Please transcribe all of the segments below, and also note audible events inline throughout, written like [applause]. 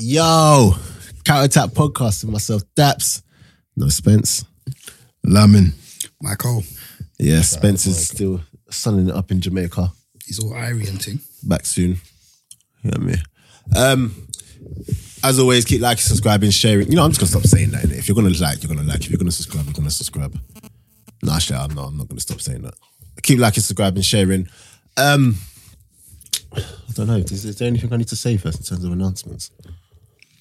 Yo, Counterattack Podcast with myself, Daps. No, Spence. Lamin. Michael. Yeah, Spence is still sunning it up in Jamaica. He's all Irie and thing. Back soon. You know what I mean? Um, as always, keep liking, subscribing, sharing. You know, I'm just going to stop saying that. innit? If you're going to like, you're going to like. If you're going to subscribe, you're going to subscribe. No, actually, I'm not. I'm not going to stop saying that. Keep liking, subscribing, sharing. Um, I don't know. Is, is there anything I need to say first in terms of announcements?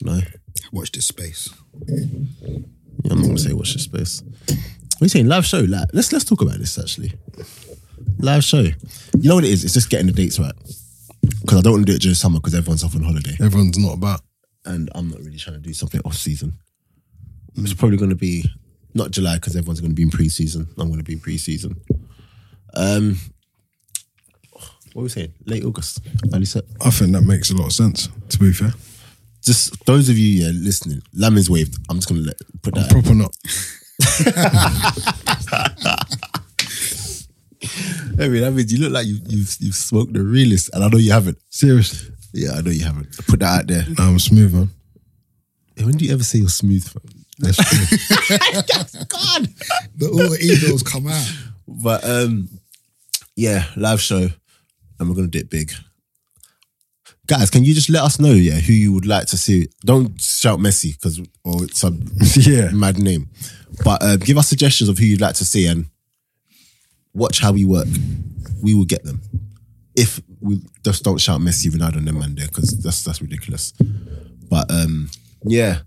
No. Watch this space. Yeah, I'm not gonna say watch this space. What are you saying? Live show? Like, let's let's talk about this actually. Live show. You know what it is? It's just getting the dates right. Because I don't want to do it during summer because everyone's off on holiday Everyone's not about. and I'm not really trying to do something off season. It's probably going to be not July because everyone's going to be in pre-season. I'm going to be in pre-season. Um, what were we saying? Late August, early Sep. I think that makes a lot of sense, to be fair. Just those of you yeah, listening, Lamin's waved. I'm just going to let, put that. I'm proper not. I mean, I mean, you look like you, you've you've smoked the realest, and I know you haven't. Seriously. Yeah, I know you haven't. Put that out there. I'm smooth, man. Hey, When do you ever say you're smooth? From? That's true. [laughs] God. The all egos come out. But um, yeah, live show, and we're gonna do it big. Guys, can you just let us know, yeah, who you would like to see? Don't shout Messi because or it's some [laughs] yeah. mad name, but uh, give us suggestions of who you'd like to see and watch how we work. We will get them. If we just don't shout Messi, Ronaldo, and them man there because that's that's ridiculous. But um, yeah,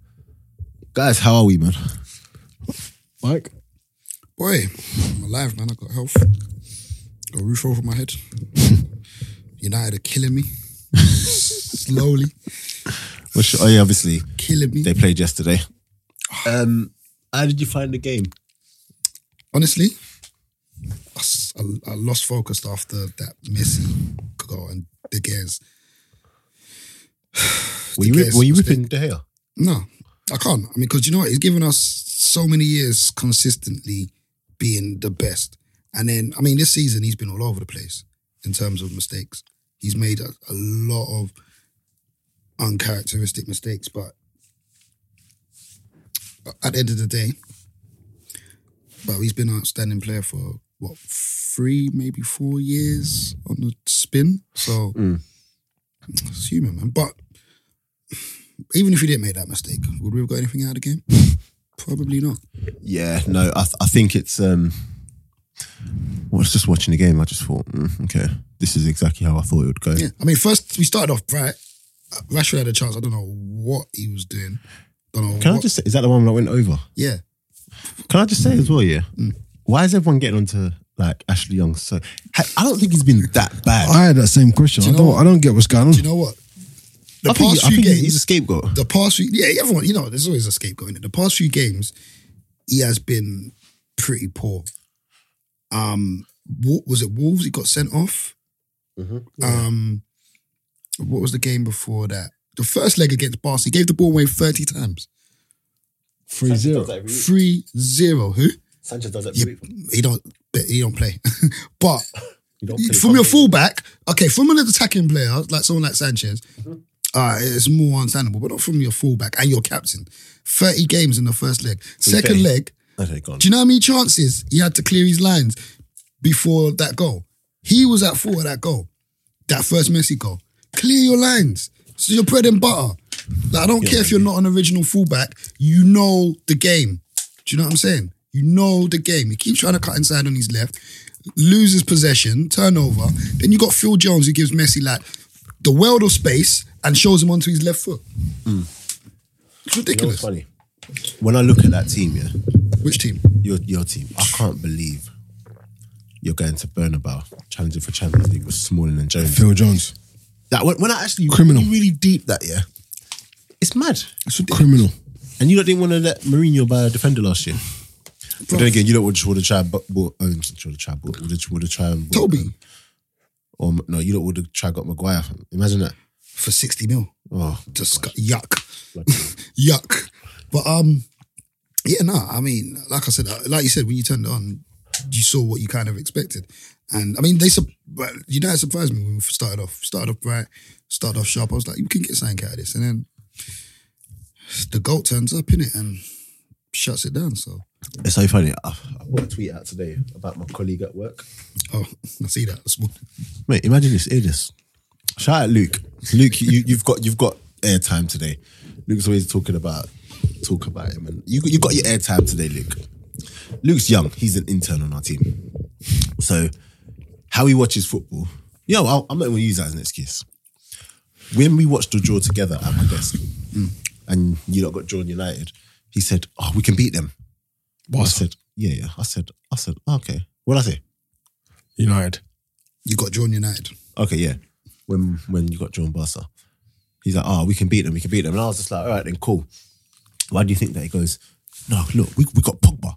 guys, how are we, man? Mike? Boy, I'm alive, man. I got health. Got a roof over my head. United are killing me. Slowly What's your- oh yeah, obviously killing me. they played yesterday. Um, how did you find the game? Honestly, I, s- I- I lost focus after that Messi goal and De Gea's. Were you, Gaze were you was ripping De Gea? No, I can't. I mean, because you know what? He's given us so many years consistently being the best. And then, I mean, this season he's been all over the place in terms of mistakes. He's made a, a lot of uncharacteristic mistakes, but at the end of the day, well, he's been an outstanding player for what three, maybe four years on the spin. So it's human, man. But even if you didn't make that mistake, would we have got anything out of the game? Probably not. Yeah, no, I, th- I think it's. Um, well, I was just watching the game. I just thought, mm, okay, this is exactly how I thought it would go. Yeah. I mean, first we started off right. Uh, Rashford had a chance. I don't know what he was doing. Don't know. Can what, I just say, is that the one that went over? Yeah. Can I just say as well, yeah? Mm. Why is everyone getting onto like Ashley Young? So I I don't think he's been that bad. I had that same question. Do you I don't know- I don't get what's going on. Do you know what? The I think, past I few think games, he's a scapegoat. the past few, yeah, everyone, you know, there's always a scapegoat in it. The past few games, he has been pretty poor. Um, what was it? Wolves, he got sent off. Mm-hmm. Um, what was the game before that? The first leg against Barca, he gave the ball away 30 times. 3 0. 3 0. Who? Sanchez does that. You, he don't he don't play. [laughs] but from your fullback, okay, from an attacking player like someone like Sanchez, uh, it's more understandable. But not from your fullback and your captain. Thirty games in the first leg, bet. second leg. Okay, go on. Do you know how many chances he had to clear his lines before that goal? He was at fault of that goal, that first Messi goal. Clear your lines. So you're bread and butter. Like, I don't care if you're not an original fullback. You know the game. Do you know what I'm saying? You know the game. He keeps trying to cut inside on his left, loses possession, turnover. Then you got Phil Jones who gives Messi like the world of space and shows him onto his left foot. It's Hmm. You know what's ridiculous. funny? When I look at that team, yeah, Which team? your your team, I can't believe you're going to Bernabeu challenging for Champions League with Smalling and Jones. Phil Jones. That when, when I actually Criminal. really, really deep that yeah, it's mad. Criminal. And you lot didn't want to let Mourinho buy a defender last year. But then again, you lot would just want to try and bu- bought, um, try to try, bought, would have, would have tried and bought, Toby. um, or M- no, you lot would have tried got Maguire. Imagine that. For 60 mil. Oh, just yuck, [laughs] yuck. But um, yeah, no. I mean, like I said, uh, like you said, when you turned it on, you saw what you kind of expected, and I mean, they sup- but United surprised me when we started off. Started off bright, started off sharp. I was like, we can get something out of this, and then the goat turns up in it and shuts it down. So, It's so funny. I, I put a tweet out today about my colleague at work. oh, I see that this morning. Mate, imagine this. Hear this. Shout out Luke. Luke, you, you've got you've got airtime today. Luke's always talking about talk about him, and you you got your airtime today, Luke. Luke's young. He's an intern on our team. So how he watches football. You know, I'll, I'm not going to use that as an excuse. When we watched the draw together at my desk, and you lot got drawn United, he said, "Oh, we can beat them." I said, "Yeah, yeah." I said, "I said, "Oh, okay." What I say? United. You got John United. [laughs] okay, yeah. When when you got John Barca, he's like, oh, we can beat them, we can beat them. And I was just like, all right, then cool. Why do you think that? He goes, no, look, we, we got Pogba.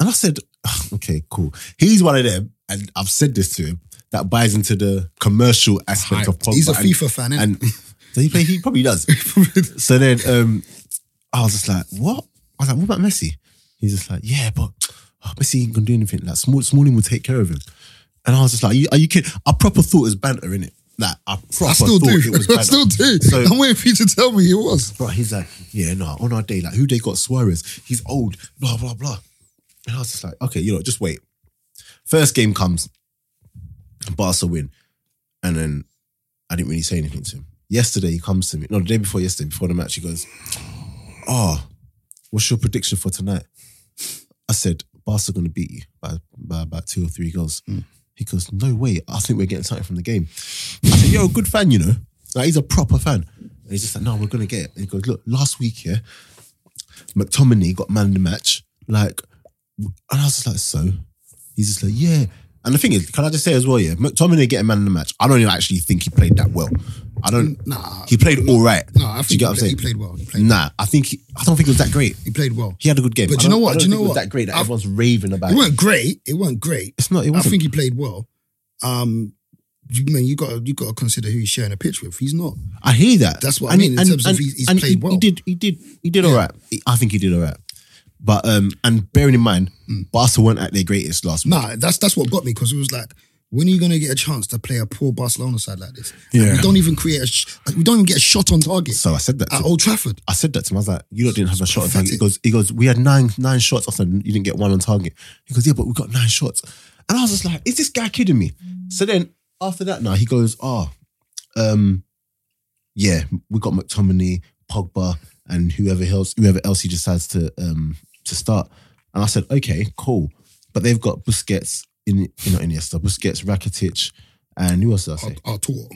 And I said, [laughs] okay, cool. He's one of them, and I've said this to him, that buys into the commercial aspect of Pogba. He's a and- FIFA fan, innit? And [laughs] does he play? He probably [laughs] does. so then um, I was just like, what? I was like, what about Messi? He's just like, yeah, but oh, Messi ain't gonna do anything. Like, small, Smalling will take care of him. And I was just like, are you, are you kidding? I proper thought it was banter, innit? Like, I proper I still thought do. it was banter. [laughs] I still do. So- [laughs] I'm waiting for you to tell me it was. Bro, he's like, yeah, no, on our day, like, who they got Suarez? He's old, blah, blah, blah. And I was just like, okay, you know, just wait. First game comes, Barca win. And then I didn't really say anything to him. Yesterday, he comes to me, no, the day before yesterday, before the match, he goes, oh, what's your prediction for tonight? I said, Barca going to beat you by, by about two or three goals. Mm. He goes, no way. I think we're getting something from the game. I said, you're a good fan, you know. Like, he's a proper fan. And he's just like, no, we're going to get it. And he goes, look, last week, yeah, McTominay got man of the match. Like, and I was just like, so? He's just like, yeah. And the thing is, can I just say as well, yeah, McTominay getting man of the match. I don't even actually think he played that well. I don't. Nah. He played all right. No, I Do you think get he, what I'm played, he saying? played well. He played, Nah, I think he, I don't think it was that great. he played well. He had a good game. But I you know don't- what? I don't Do you think know it was what? that great that I've- everyone's raving about. It wasn't great. It wasn't great. It's not. It I wasn't. think he played well. Um, you man, you got you got to consider who he's sharing a pitch with. He's not. I hear that. That's what I mean in terms of he's- he's played he, well. He did. He did. He did all right. He- I think he did all right. But um, and bearing in mind, Hmm. Barca weren't at their greatest last week. Nah, that's that's what got me because it was like, when are you going to get a chance to play a poor Barcelona side like this? And Yeah. we don't even create a. Sh- we don't even get a shot on target So I said that. at To, Old Trafford. I said that to him. I was like, "You lot didn't have a shot on target." He pathetic. goes, "He goes, we had nine nine shots. I said you didn't get one on target." He goes, "Yeah, but we got nine shots." And I was just like, "Is this guy kidding me?" So then after that, now he goes, "Oh, um, yeah, we got McTominay, Pogba, and whoever else, whoever else he decides to um to start. And I said, okay, cool. But they've got Busquets in not Iniesta, Busquets, Rakitic, and who else did I say? Our tour.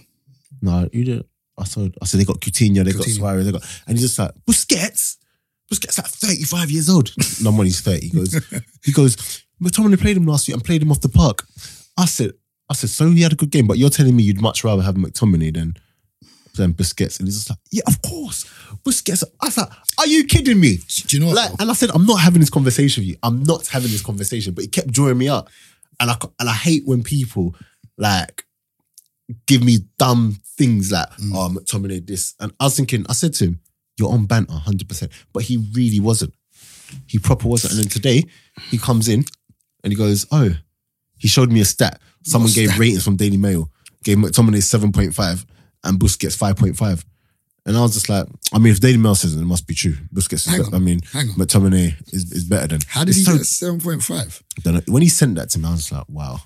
No, you did. I saw. I said they got Coutinho, they got Coutinho. Suarez, they got, and he's just like Busquets. Busquets like thirty five years old. no, when he's thirty, he goes. he goes. McTominay played him last year and played him off the park. I said. I said. So he had a good game, but you're telling me you'd much rather have McTominay than than Busquets, and he's just like, yeah, of course, Busquets. I was like, are you kidding me? Do you know what? Like, though? and I said, I'm not having this conversation with you. I'm not having this conversation. But it kept drawing me up, and I and I hate when people like give me dumb things like, Mm. oh, McTominay this. And I was thinking, I said to him, you're on banter, hundred percent. But he really wasn't. He proper wasn't. And then today, he comes in and he goes, oh, he showed me a stat. Someone What gave stat? ratings from Daily Mail. Gave McTominay seven point five and Busquets five point five. And I was just like, I mean, if Daily Mail says it, it must be true. Busquets, Hang is on, be- I mean, hang on. McTominay is, is better than. How did It's he so- get seven point five? then when he sent that to me, I was just like, wow.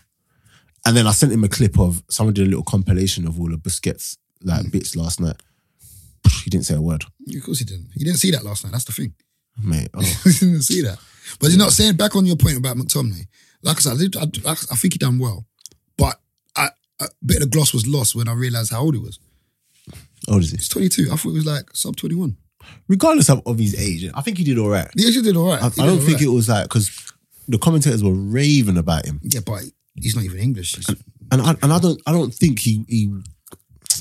And then I sent him a clip of someone did a little compilation of all the Busquets like Hmm. bits last night. He didn't say a word, Of course he didn't. He didn't see that last night. That's the thing. mate. [laughs] Oh, he didn't see that. But you're not saying back on your point about McTominay. Like I said, I, did, I, I I think he done well, but I, a bit of the gloss was lost when I realized how old he was. how old is he? He's 22. I thought he was like sub 21. Regardless of, of his age, I think he did all right. He actually did all right. I, I don't think it was like because the commentators were raving about him, Yeah, but he's not even English. He's- and I and I don't I don't think he he.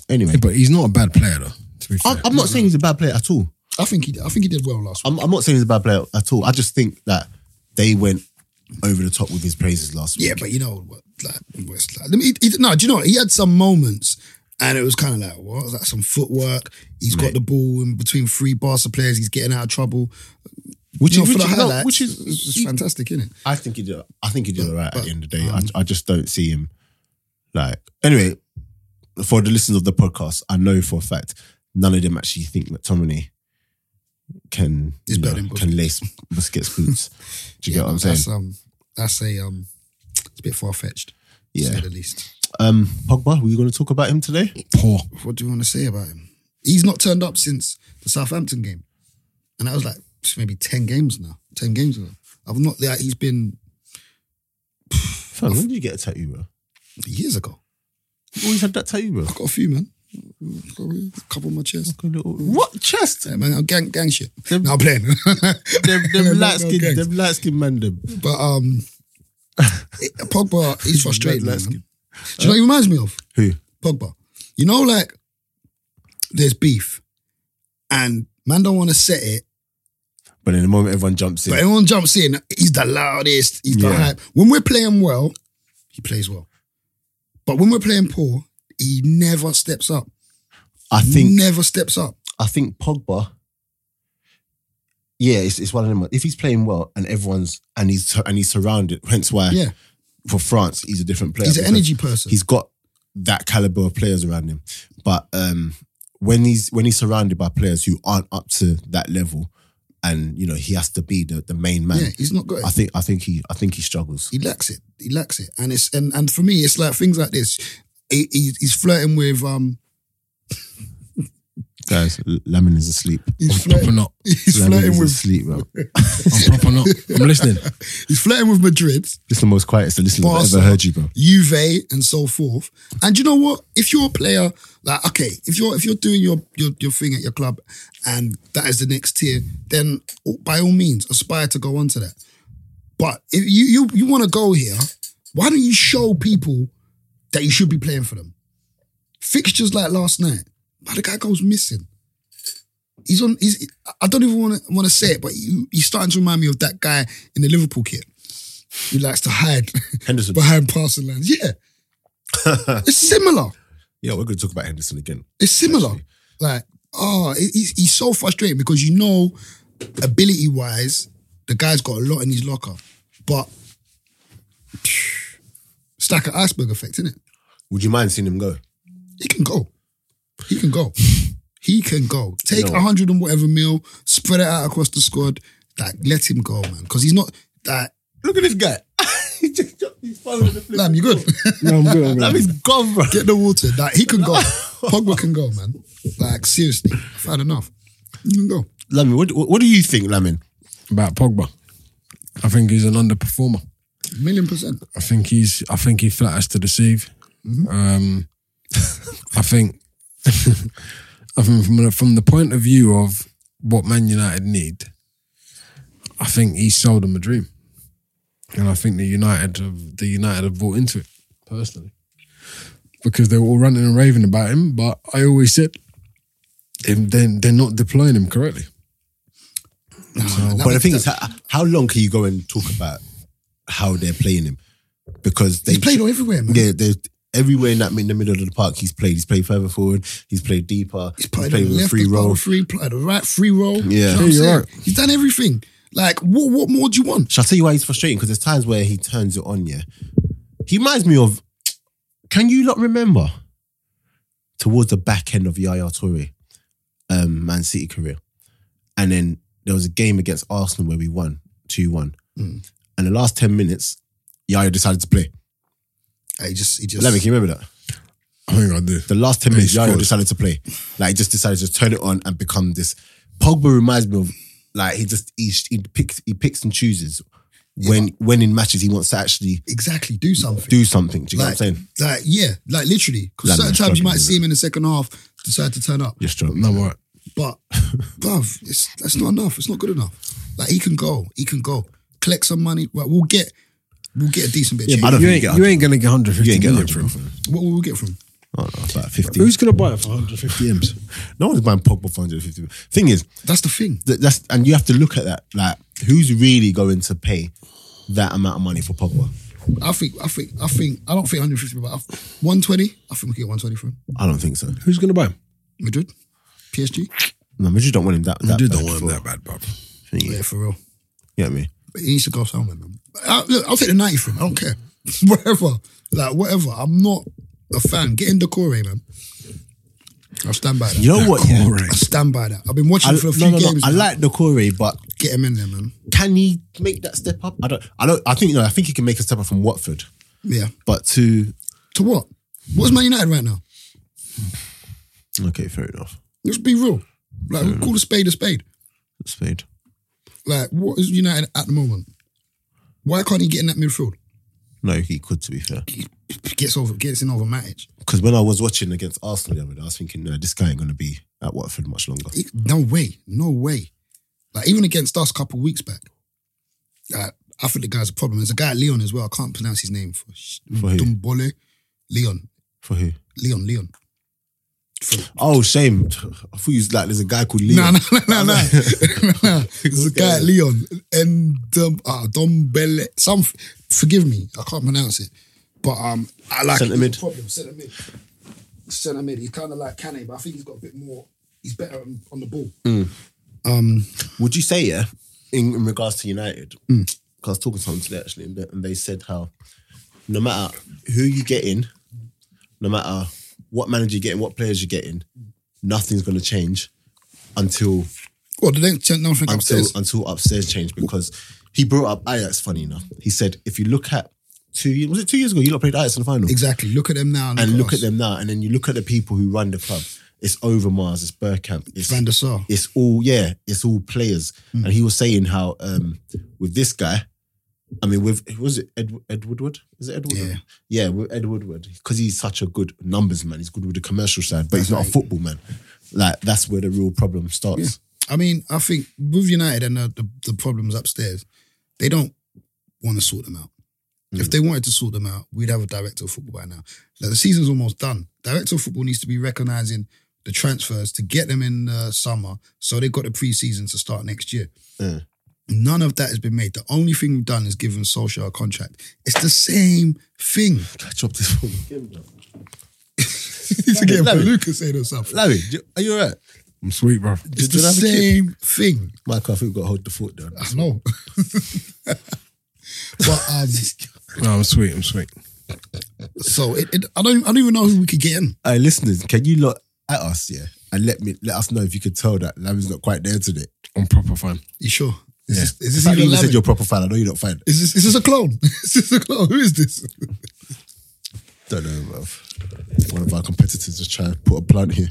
Anyway, But he's not a bad player, though, to be fair. I'm, I'm not saying he's a bad player at all. I think he. I think he did well last week. I'm, I'm not saying he's a bad player at all. I just think that they went over the top with his praises last week. Yeah, but you know what? Like, what it's like. I mean, he- he- no, do you know what? He had some moments, and it was kind of like, what? Like some footwork. He's got the ball in between three Barca players. He's getting out of trouble. which You know, is for which, the is- no, highlights, which it's- it's is fantastic, isn't it? I think he did. I think he did all right at the end of the day. um, I, I just don't see him like. Anyway, for the listeners of the podcast, I know for a fact none of them actually think McTominay can He's you better know, than Busquets. can lace Busquets' [laughs] boots. Do you get what I'm That's saying? um, that's a um, it's a bit far fetched. Yeah. to say the least. Um, Pogba, were you going to talk about him today? Poor. What do you want to say about him? He's not turned up since the Southampton game, and that was like maybe ten games now. Ten games ago. I've not. Like, he's been Fam, when did you get a tattoo, bro? years ago. You always had that tattoo, bro. I've got a few, man. I've got a couple on my Like chest. a little- What chest? Yeah, man, I'm gang gang shit. Them- no, I'm [laughs] playing. [laughs] Them, No, them no, light no skin, gangs. them light skin man, them. But um, [laughs] it- Pogba, he's frustrating. Mad man. light Do skin. you know what he reminds me of? Who? Pogba. You know, like there's beef, and man don't want to set it, But in the moment everyone jumps in, but everyone jumps in. He's the loudest. He's the Yeah. hype. When we're playing well, he plays well. But when we're playing poor, he never steps up. I think never steps up. I think Pogba. Yeah, it's, it's one of them. If he's playing well and everyone's and he's and he's surrounded, hence why Yeah, for France he's a different player. he's an because energy person. He's got that caliber of players around him, but um, when he's when he's surrounded by players who aren't up to that level, and you know he has to be the, the main man. yeah, he's not good. I think I think he I think he struggles. He lacks it. He lacks it. And it's and and for me, it's like things like this. He, he, he's flirting with um. Guys, Lemon is asleep. He's I'm flirting. [laughs] popping up. He's Lemon flirting is with. asleep, [laughs] bro. I'm popping up. I'm listening. He's flirting with Madrid, This is the most quietest listener I've Barca. ever heard you, bro. Juve, and so forth. And you know what? If you're a player, like okay, if you're if you're doing your your, your thing at your club, and that is the next tier, then by all means aspire to go on to that. But if you you you want to go here, why don't you show people that you should be playing for them? Fixtures like last night, but the guy goes missing. He's on. He's. I don't even want to want to say it, but you, he's starting to remind me of that guy in the Liverpool kit. He likes to hide [laughs] Henderson. behind passing lines. Yeah, it's similar. Yeah, we're going to talk about Henderson again. It's similar. Like, oh, it- he's, he's so frustrating because you know, ability wise, the guy's got a lot in his locker, but [sighs] stack of iceberg effect, isn't it? Would you mind seeing him go? He can go. He can go. He can go. Take a know what? hundred and whatever mil, spread it out across the squad. Like, let him go, man, because he's not that. Look at this guy. [laughs] He just- He's following the [laughs] flip. Lamb, you good? [laughs] No, I'm good. I'm good. That is gone, bro. Get the water. Like, he can go. Pogba can go, man. Like, seriously, I've had enough. You can go. Lamin, what, what do you think, Lamin? [laughs] About Pogba. I think he's an underperformer. Million percent. I think he's. I think he flatters to deceive. Mm-hmm. Um, I think. [laughs] I think from the, from the point of view of what Man United need, I think he sold them a dream, and I think the United have, the United have bought into it personally because they were all ranting and raving about him. But I always said, if they they're not deploying him correctly. Nah, but the that- thing is, how, how long can you go and talk about how they're playing him? Because they He's played everywhere, man. Yeah, there's everywhere in that in the middle of the park. He's played. He's played further forward. He's played deeper. He's Play played, the with a left free as well, roll. free play the right free roll. You Yeah. know what I'm Yeah, you're saying? right. he's done everything. Like, what what more do you want? Shall I tell you why he's frustrating? Because there's times where he turns it on. Yeah, he reminds me of. Can you not remember? Towards the back end of Yaya Toure, um, Man City career, and then there was a game against Arsenal where we won two one, Mm. and the last ten minutes, Yaya decided to play. He just he just Lemon, can you remember that? I think I do. The last 10 minutes, He Yaya scored. decided to play. Like, he just decided to turn it on and become this. Pogba reminds me of, like, he just, he, he, picks, he picks and chooses when, when in matches he wants to actually exactly do something. do something. Do you like, know what I'm saying? like yeah, like literally. Because Like, certain man, times you might struggling, see him in the second half decide to turn up, You're strong. No, I'm all right. [laughs] but bruv, it's that's not enough. It's not good enough. Like he can go, he can go. Collect some money. Right, we'll get we'll get a decent bit. of I change. don't you think ain't, you get you ain't gonna get 150 You ain't getting million 100 from him. from him. What will we get from? him? I don't know, about 50. Who's gonna buy it for 150 m's? No one's buying Pogba for 150. Thing is, That's the thing. that, that's, and you have to look at that. Like, who's really going to pay that amount of money for Pogba? I think I think I think I don't think 150, but I, 120. I think we can get 120 from him. I don't think so. Who's gonna buy him? Madrid, PSG. No, Madrid don't want him that. that Madrid bad don't want him for- that bad, bro. Yeah, for real. You know what I mean? But he needs to go somewhere, man. I, look, I'll take the 90 from him. I don't care. [laughs] whatever. Like, whatever. I'm not a fan. Get in the core, man. I'll stand by that. You know what? Yeah. I stand by that. I've been watching I, for a few no, no, no. games. I now. like Decore, but get him in there, man. can he make that step up? I don't. I don't. I think no. I think he can make a step up from Watford, Yeah. but to To what? What's Man United right now? okay, fair enough. Let's be real. Like, Mm. call a spade a spade. Spade. Like, what is United at the moment? Why can't he get in that midfield? No, he could. To be fair, Gets over, gets in over Matic. because when I was watching against Arsenal the other day, I was thinking, no, this guy ain't going to be at Watford much longer. He- No way, no way. Like even against us a couple weeks back, like, I think the guy's a problem. There's a guy at Leon as well. I can't pronounce his name for, sh- For who? Dumbole, Leon, For who? Leon, Leon. Oh, shame. I thought you was like, there's a guy called Leo. No, no, [laughs] no, no, no. [laughs] no. There's a guy at Leon and um, uh, Dumbele. Some forgive me, I can't pronounce it, but um, I like Centre he's a mid. Problem centre mid, centre mid. He's kind of like Kane, but I think he's got a bit more. He's better on, on the ball. Mm. Um, Would you say, yeah, in, in regards to United? Mm. Because I was talking to someone today actually, and they, and they said how no matter who you get in, no matter what manager you get in, what players you get in, nothing's going to change until well, they don't change nothing until upstairs. until upstairs change because he brought up Ajax. Funny enough, he said if you look at two years was it two years ago you lot played Ajax in the final Exactly. Look at them now and, and look at us. them now and then you look at the people who run the club. It's Overmars, it's Burkamp, it's Van der Sar. Hmm. it's all yeah, it's all players. And he was saying how um with this guy, I mean with who was it Ed, Ed Woodward? Is it Ed Woodward? Yeah. yeah, with Ed Woodward because he's such a good numbers man. He's good with the commercial side, but he's not a Right. football man. Like that's where the real problem starts. [laughs] I mean, I think with United and the, the, the problems upstairs, they don't want to sort them out. Mm. If they wanted to sort them out, we'd have a director of football by now. Like the season's almost done. Director of football needs to be recognizing the transfers to get them in the summer, so they've got the preseason to start next year. Yeah. None of that has been made. The only thing we've done is given Solskjaer a contract. It's the same [laughs] thing. I dropped this one. He's again, Larry. Lucas saying himself. Larry, do- are you alright? I'm sweet, bro. It's Did the you have a kid? same thing. Michael, I think we've got to hold the fort down. I know. [laughs] but [laughs] um, No, I'm sweet. I'm sweet. so it, it, I don't I don't even know who we could get in. Hey, listeners, can you look at us, yeah, and let me let us know if you could tell that Larry's not quite there today. I'm proper fine. You sure? Is this, is It's this like you even even said Lavin? you're a proper fan. I know you're not fan. Is this is this a clone? [laughs] is this a clone? Who is this? Don't know, bruv. One of our competitors just trying to put a plant here.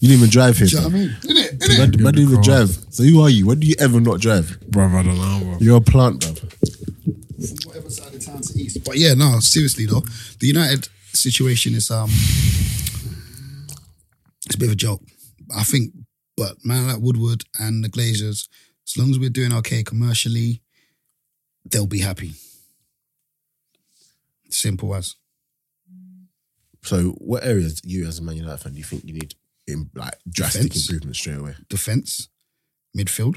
You didn't even drive here. Do you know bruv. what I mean? Isn't it? Isn't Man, it? man didn't even drive. So who are you? When do you ever not drive? Bro, I don't know, bro. You're a plant, bruv. Whatever side of town to east. But yeah, no, seriously though, the United situation is um, it's a bit of a joke. I think, but man like Woodward and the Glazers, as long as we're doing okay commercially, they'll be happy. Simple as. So what areas you as a Man United fan do you think you need in like drastic Defense. improvement straight away? defense, midfield.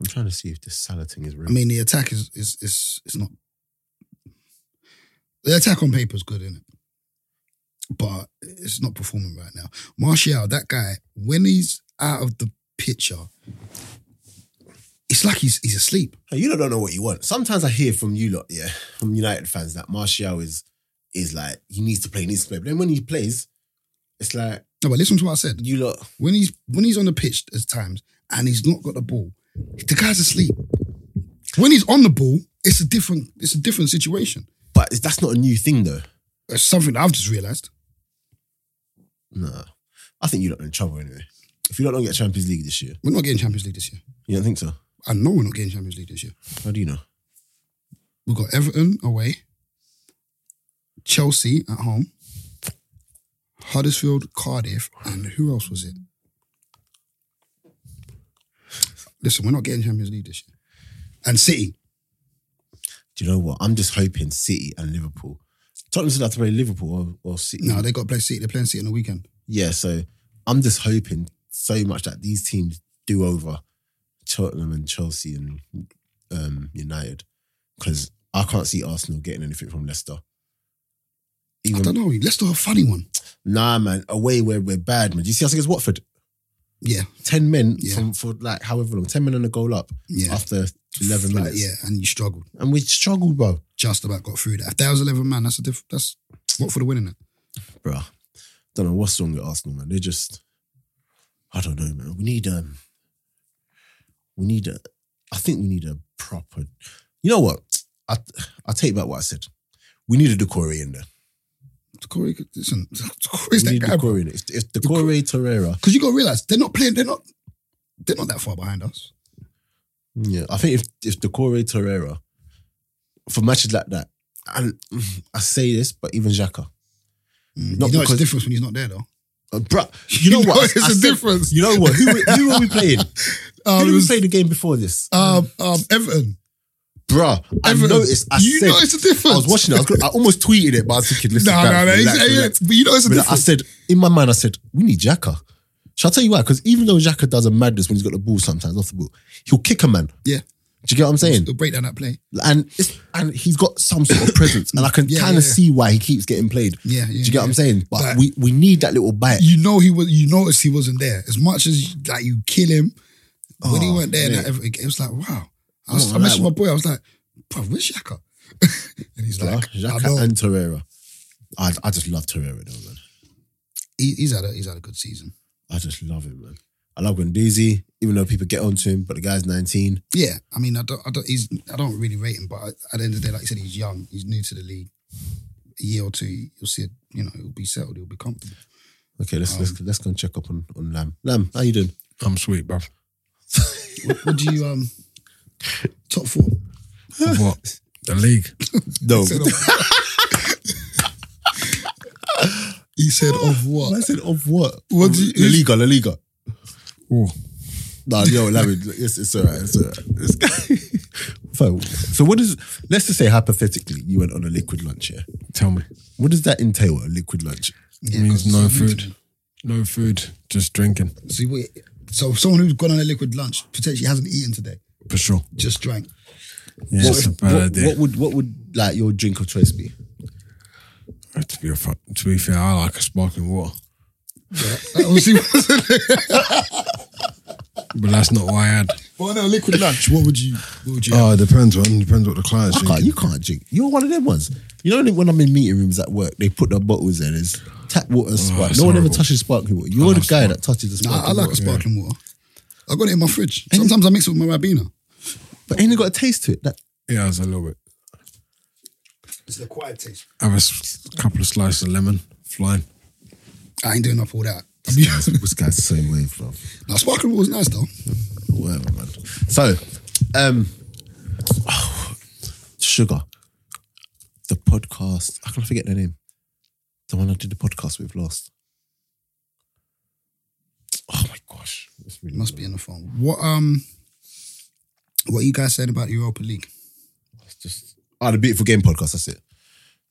I'm trying to see if this Salah thing is real. I mean, the attack is is is is not. The attack on paper is good, isn't it? But it's not performing right now. Martial, that guy, when he's out of the picture, it's like he's he's asleep. Hey, you lot don't know what you want. Sometimes I hear from you lot, yeah, from United fans that Martial is is like he needs to play, he needs to play. But then when he plays, it's like No, but listen to what I said. you lot. When he's when he's on the pitch at times and he's not got the ball, the guy's asleep. When he's on the ball, it's a different it's a different situation. But it's- that's not a new thing though. It's something that I've just realized. Nah, I think you lot are in trouble anyway. If you lot don't get Champions League this year, We're not getting Champions League this year. you don't think so? I know we're not getting Champions League this year. How do you know? We've got Everton away, Chelsea at home, Huddersfield, Cardiff, and who else was it? Listen, we're not getting Champions League this year. And City. Do you know what? I'm just hoping City and Liverpool. Tottenham still have to play Liverpool or, or City. No, they got to play City. They're playing City on the weekend. Yeah, so I'm just hoping so much that these teams do over Tottenham and Chelsea and um, United because I can't see Arsenal getting anything from Leicester. I Even don't know. Leicester are a funny one. nah, man, away where we're bad, man. Do you see us against Watford? Yeah. Ten men Yeah. from, for like however long, ten men and a goal up Yeah. after eleven Like, minutes, yeah, and you struggled. and we struggled, bro. Just about got through that. If that was 11 man, that's a diff- That's what for the winning it. Bruh. don't know what's wrong with Arsenal, man. They're just, I don't know, man. We need um, we need a, I think we need a proper. You know what? I I take back what I said. We need a Decore in there. Corey, listen, [laughs] Corey's we that need guy. Decore in it. If, if Decore Torreira, Because you got to realize they're not playing. They're not. They're not that far behind us. yeah, I think if if Decore Torreira for matches like that, and mm, I say this, but even Xhaka, Mm, You Not know it's a because- difference when he's not there though. uh, bruh, [laughs] you know what? It's I a said- difference. You know what? Who who are we [laughs] playing? Who Um, did we play the game before this? um, um, Everton. Bruh, I Everton. noticed. I you said, know it's a difference. I was watching [laughs] it. I, was gonna- I almost tweeted it, but I was thinking, listen, No, guys, no, no. relax, it's- relax. yeah, But you know it's a But I difference. said, in my mind, I said, we need Jacka. Shall I tell you why? Because even though Jacka does a madness when he's got the ball sometimes off the ball, he'll kick a man. Yeah. Do you get what I'm saying? They'll break down that play. And it's, and he's got some sort of presence, and I can [laughs] Yeah, kind yeah, of yeah. see why he keeps getting played. Yeah, yeah, Do you get yeah. what I'm saying? But, But- we, we need that little bite. You know he was. You noticed he wasn't there. As much as like you kill him, when he Oh, weren't there, in mate. that Everton game, it was like wow. I, was, I Oh, messaged that- my boy. I was like, bro, where's Xhaka? [laughs] and he's Bruh, like, I Xhaka know. and Torreira. I I just love Torreira though, man. He, he's had a he's had a good season. I just love him, man. I love Grandizi, even though people get onto him, but the guy's 19. Yeah, I mean, I don't, I don't, he's, I don't really rate him, but I- at the end of the day, like you said, he's young, he's new to the league. A year or two, you'll see, it, you know, he'll be settled, he'll be comfortable. Okay, let's let's let's go and check up on, on Lamb. Lamb, how you doing? I'm sweet, bruv. What, what do you [laughs] um top four? Of what? The league. No. He said of what? I said of what? What Of do you- La Liga, La Liga. Oh, No, yo, Lamb, it's, it's all right. It's all right. [laughs] It's- so, so what is, let's just say hypothetically, you went on a liquid lunch here. tell me. What does that entail, a liquid lunch? Yeah, means 'cause no someone who's- food. No food, just drinking, So, wait, so someone who's gone on a liquid lunch potentially hasn't eaten today, for sure. just drank. Yeah, it's a bad what, idea. what would, what would like your drink of choice be? Uh, to, be fa- to be fair, I like a sparkling water, That obviously [laughs] wasn't it. but that's not what I had. But on a liquid lunch, what would you? What would you? have? Oh, it depends, man. Depends what the client's I can't, drinking. you can't drink. You're one of them ones. You know when I'm in meeting rooms at work, they put their bottles there. There's tap water, and spark. that's no one ever horrible. touches sparkling water. You're the guy that touches the sparkling Nah, I like a water. sparkling water. I got it in my fridge. Sometimes I mix it with my Ribena. But ain't it got a taste to it? That Yeah, it's a little bit. It's the quiet taste. Have a s- couple of slices of lemon, flying. I ain't doing up all that. this guy's, this guy's so wave, bro. Now, sparkling water's nice though. Whatever, man. So, um, [sighs] sugar, the podcast. How can I forget their name? The one I did the podcast with last. Oh my gosh, It's really Must be on the phone. What um, what you guys saying about the Europa League? It's just oh, the beautiful game podcast. That's it.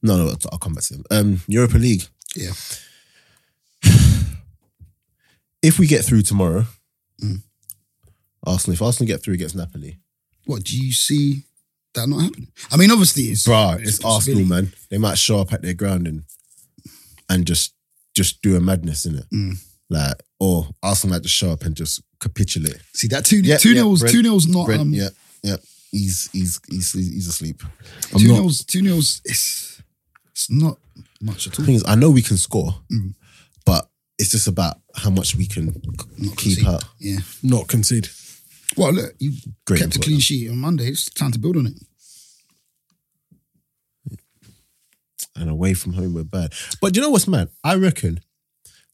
No, no, I'll- I'll come back to them. Um, Europa League. Yeah, If we get through tomorrow, Arsenal. If Arsenal get through against Napoli, what do you see that not happening? I mean, obviously it's bruh, it's, a Arsenal, possibility. man. They might show up at their ground and and just just do a madness in it, Mm. like or Arsenal might just show up and just capitulate. See that two Yeah, two yeah, nils Brent- two nils not Brent, um yeah, yeah. He's he's he's he's asleep. two not- nils two nils. It's it's not much at all. The thing is, I know we can score, Mm. but it's just about how much we can Not keep conceded. out. Yeah. Not concede. Well, look, you Great kept a input, clean man. sheet on Monday. It's time to build on it. and away from home we're bad. But do you know what's mad? I reckon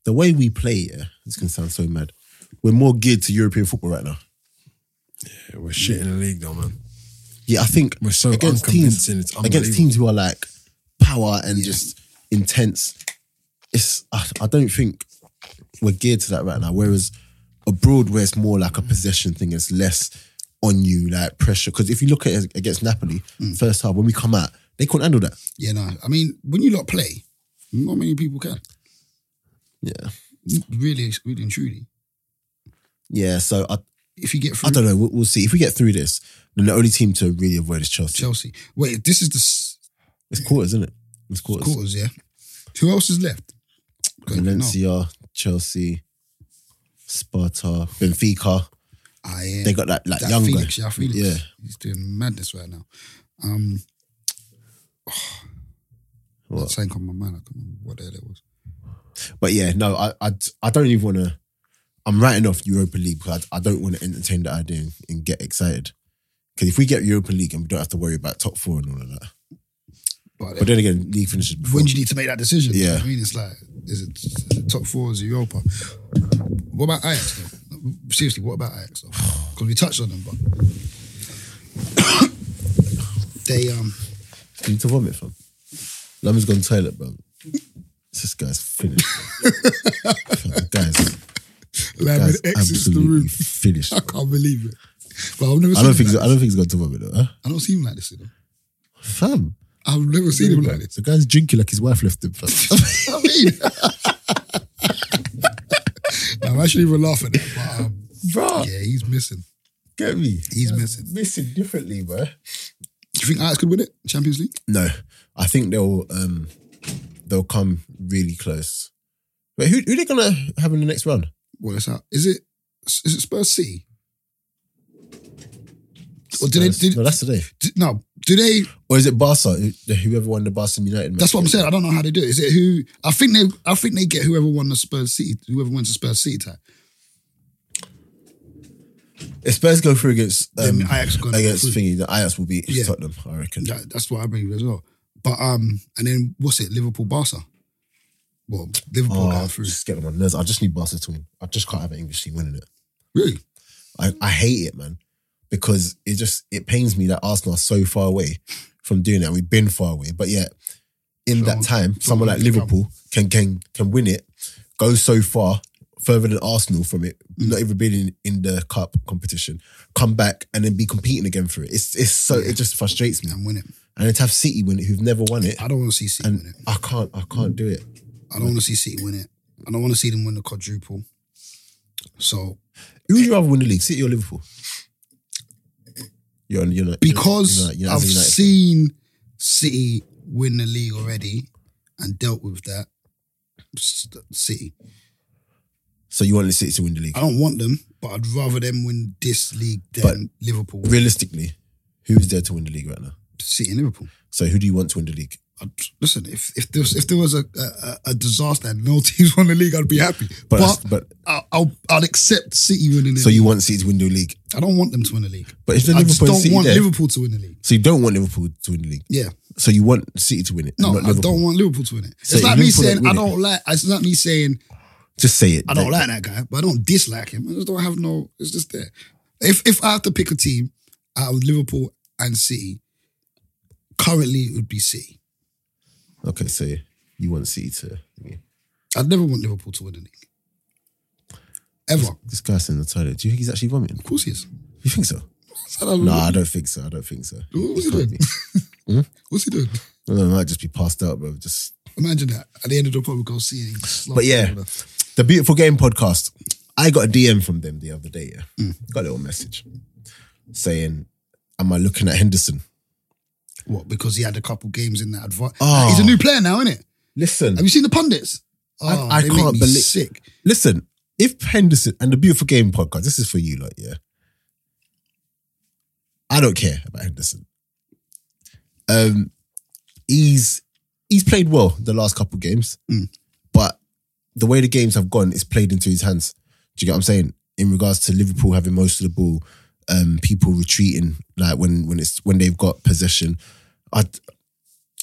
the way we play, yeah, this can sound so mad. We're more geared to European football right now. Yeah, we're shit in the league, though, man. Yeah, I think We're so teams unconvincing, it's against unbelievable. teams who are like power and just intense. It's I, I don't think we're geared to that right now. Whereas abroad, where it's more like a possession thing, it's less on you like pressure. Because if you look at it against Napoli, Mm. first half when we come out, they couldn't handle that. Yeah, no. I mean, when you lot play, not many people can. Yeah, Really, really and truly. yeah. So I, If you get through, I don't know. We'll, we'll see if we get through this. Then the only team to really avoid is Chelsea. Chelsea. Wait, this is the s- It's quarters, isn't it? It's quarters. quarters, yeah. Who else is left? Valencia, Chelsea, Sparta, Benfica. No. Ah, yeah. They got that like that young Felix, guy. yeah, Felix. Yeah, He's doing madness right now. Um, [sighs] What? That's saying on my mind. I can't remember what the hell it was. But yeah, no, I I, I don't even want to. I'm writing off Europa League because I, I don't want to entertain that idea and, and get excited. Because if we get Europa League and we don't have to worry about top four and all of that. But uh, But then again, league finishes before. when do you need to make that decision? You know Yeah. what I mean, it's like, is it, is it top four? Is it Europa? What about Ajax? Though? Seriously, what about Ajax? Because we touched on them, but [coughs] they um you need to vomit from? Lama's gone toilet, bro. This guy's [laughs] finished. bro. guys, Lemon guys exits the absolutely room. [laughs] finished. I can't believe it. But I've never. I don't Seen think him he's, like I don't think he's going to vomit though. Huh? this. I don't see him like this. You know? Fam, I've never seen him like this. the guy's drinking like his wife left him. fam. I mean, [laughs] I'm actually even laughing at that. But um, bro, yeah, he's missing. get me. He's missing. Missing differently, bro. Do you think Ajax could win it? Champions League? No, I think they'll um they'll come really close. But who who they gonna have in the next round? Well, that's out. Is it? Is it Spurs City? Or do they? Spurs. Do, no, that's today. do- no. Do they? Or is it Barca? Who- Whoever won the Barca and United. match? That's what I'm saying. I don't know how they do it. Is it who? I think they. I think they get whoever won the Spurs City. Whoever wins the Spurs City tie. If Spurs go through against um, Then Ajax are gonna go against through. thingy, the Ajax will beat Yeah. Tottenham. I reckon. That, that's what I believe as well. But um, and then what's it? Liverpool Barca. Well, Liverpool Oh, got I'm through. just getting on my nerves. I just need Barca to win. I just can't have an English team winning it. Really? I, I hate it, man, because it just it pains me that Arsenal are so far away from doing that. We've been far away, but yet in that Someone- time, someone like Liverpool can can can win it, go so far further than Arsenal from it, Mm. not even being in, in the cup competition, come back and then be competing again for it. It's it's so it just frustrates me. And win it. And then to have City win it, who've never won it, I don't want to see City and win it. I can't I can't do it. I don't want to see City win it. I don't want to see them win the quadruple. So Who would you rather win the league, City or Liverpool? You're on, you're not, Mm. because you're not- you're not- I've as a United fan. seen City win the league already and dealt with that. S- City. so you want the City to win the league. I don't want them, but I'd rather them win this league than Liverpool. realistically, who's there to win the league right now? City and Liverpool. So who do you want to win the league? I'd, listen, if if there was, if there was a, a a disaster and no [laughs] teams won the league, I'd be happy. But, But, but, I'll, I'll I'll accept City winning. The so league. you want City to win the league, I don't want them to win the league. but if the I just Liverpool and don't City want there, Liverpool to win the league. so you don't want Liverpool to win the league. Yeah, So you want City to win it. no, not I Liverpool. don't want Liverpool to win it. So it's like me Liverpool saying don't I win it. don't like. It's not me saying Just say it. I don't Like, like that guy, but I don't dislike him. I just don't have no. It's just there. If if I have to pick a team out of Liverpool and City, currently it would be City. Okay, so you want City to. yeah. I'd never want Liverpool to win the league. Ever. Of This guy's in the toilet. Do you think he's actually vomiting? course he is. You think so? I don't No, know. I don't think so. I don't think so. What was he Can't doing? be. What's he doing? I don't know, I might just be passed out, bro. Just Imagine that. At the end of the pod, we go see it. But yeah, the Beautiful Game podcast. I got a DM from them the other day. Yeah, got a little message saying, "Am I looking at Henderson?" What? Because he had a couple games in that advance. Oh. He's a new player now, isn't it? Listen, Have you seen the pundits? Oh, I they make can't me believe- sick. listen. If Henderson and the Beautiful Game podcast, this is for you, lot. Yeah, I don't care about Henderson. Um, he's he's played well the last couple games, Mm. but the way the games have gone, it's played into his hands. Do you get what I'm saying? In regards to Liverpool having most of the ball, um, people retreating like when when it's when they've got possession. I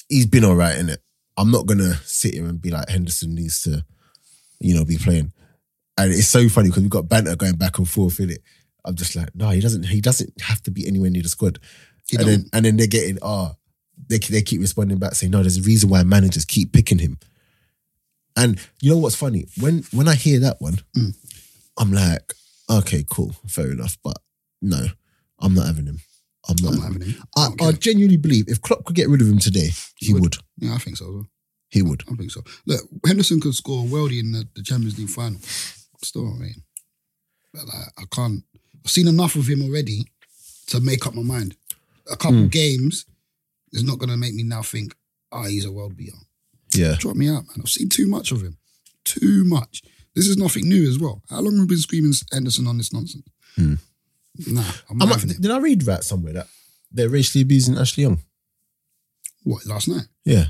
he's been all right in it. I'm not gonna sit here and be like Henderson needs to, you know, be playing. And it's so funny because we've got banter going back and forth in it. I'm just like, no, he doesn't. He doesn't have to be anywhere near the squad. He and don't. then and then they're getting ah, they they keep responding back saying, no, there's a reason why managers keep picking him. And you know what's funny? When when I hear that one, Mm. I'm like, okay, cool, fair enough. But no, I'm not having him. I'm not. I'm having him. having him. I, I genuinely believe if Klopp could get rid of him today, he, He would. would. Yeah, I think so. as well. He would. I think so. Look, Henderson could score a worldie in the, the Champions League final. Still, I mean, but like, I can't. I've seen enough of him already to make up my mind. A couple Hmm. games is not going to make me now think, ah, he's a world beater. Yeah. Drop me out, man. I've seen too much of him. Too much. This is nothing new as well. How long have we been screaming Henderson on this nonsense? Hmm. Nah, I'm not Am I- having it. did I read that somewhere that they're racially abusing Ashley Young? What, last night? Yeah.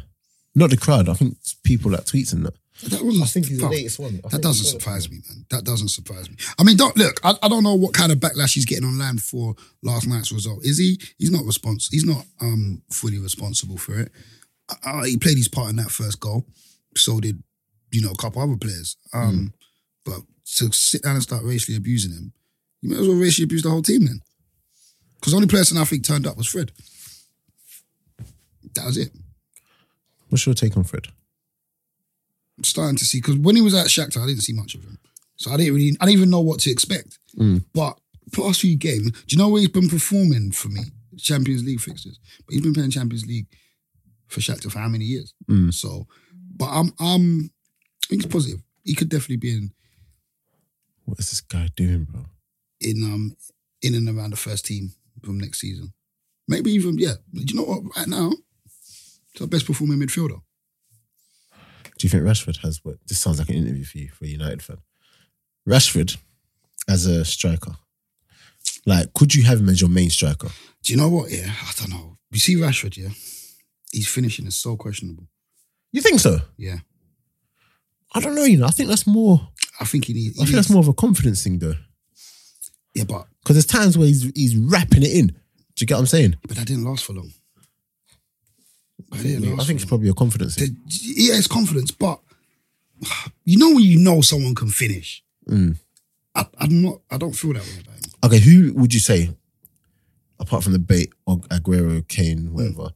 Not the crowd. I think people that tweets and that. That wasn't. I think he's the fam, latest one. I that think doesn't he's the surprise me, man. That doesn't surprise me. I mean, don't look. I, I don't know what kind of backlash he's getting online for last night's result. Is he? He's not responsible. He's not um fully responsible for it. Uh, he played his part in that first goal. So did you know a couple other players. Hmm. Um, but to sit down and start racially abusing him, you may as well racially abuse the whole team then. Because the only person I think turned up was Fred. That was it. What's your take on Fred? starting to see because when he was at Shakhtar, I didn't see much of him, so I didn't really, I didn't even know what to expect. But last few games, do you know where he's been performing for me? Champions League fixtures, but he's been playing Champions League for Shakhtar for how many years? So, but I'm, I'm, I think it's positive. He could definitely be in, What is this guy doing, bro? in, um, in and around the first team from next season. Maybe even, yeah. Do you know what? Right now, it's our best performing midfielder. Do you think Rashford has what? This sounds like an interview for you, for a United fan. Rashford as a striker. Like, could you have him as your main striker? Do you know what? Yeah, I don't know. You see Rashford, yeah, his finishing is so questionable. You think so? Yeah, I don't know, you know. I think that's more I think he needs. I think that's more of a confidence thing though. Yeah, but Because there's times where he's he's wrapping it in. Do you get what I'm saying? but that didn't last for long. That I didn't think, last for it's probably a confidence thing. The- yeah, it's confidence, but you know when you know someone can finish. Mm. I, I'm not. I don't feel that way about him. Okay, who would you say, apart from the bait or Aguero, Kane, whatever,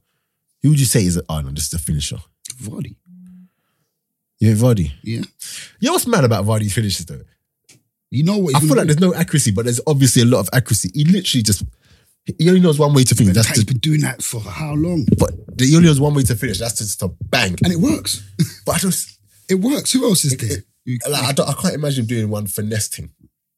who would you say is a, oh no, this is a finisher? Vardy. You think Vardy? Yeah, You know what's mad about Vardy's finishes though? you know what? I he's feel gonna like do. there's no accuracy, but there's obviously a lot of accuracy. He literally just he only knows one way to finish. But That's Tank's to, been doing that for how long? but he only knows one way to finish. That's to, to bang. And it works. [laughs] But I just It works. Who else [laughs] is there? You- like, I, don't, I can't imagine doing one finesse thing.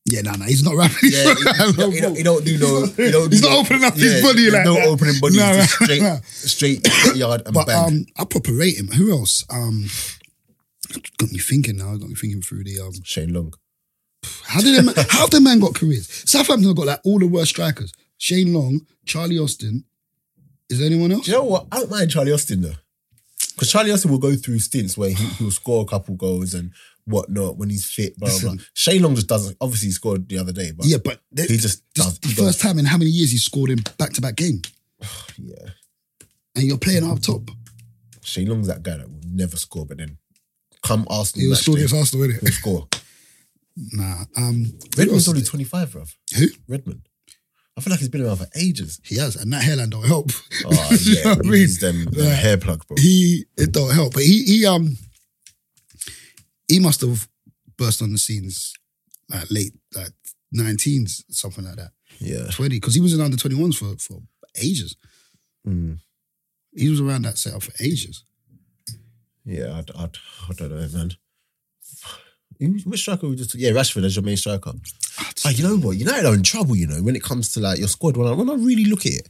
yeah, no, no, he's not rapping. [laughs] Yeah, [laughs] he, he, he don't, he don't do no. He don't He's do not no- opening up his body there's like no that. opening body. No, it's just no, straight, no. straight yard and But bang. um, I proper rate him. Who else? Um, got me thinking now. Got me thinking through the um. Shane Long. How did them, how the man got careers? Southampton have got like all the worst strikers: Shane Long, Charlie Austin. Is there anyone else? Do you know what? I don't mind Charlie Austin though, because Charlie Austin will go through stints where he, he'll score a couple goals and whatnot when he's fit. Blah blah. blah. Shane Long just doesn't. Obviously, he scored the other day, but Yeah, but they- he just this does. the he does- first time in how many years he scored in back-to-back games, yeah. and you're playing up top. Shane Long's that guy that will never score, but then come Arsenal, He was match still day, against Arsenal, [laughs] he'll innit? score. Nah. Um, Redmond's who only else? twenty five, bruv. Who? Redmond. I feel like he's been around for ages. He has, and that hairline don't help. [laughs] Oh You know yeah, what I he mean? needs them, them Like, hair plugs, bro. he it don't help, but he he um he must have burst on the scenes like late like nineteens, something like that. yeah, 20 because he was in under 21s for, for ages. Mm. He was around that setup for ages. yeah. I'd, I'd, I don't know, man. Who- Which striker we just? Yeah, Rashford as your main striker. Ah, you know what? United are in trouble. You know when it comes to like your squad. When I when I really look at it,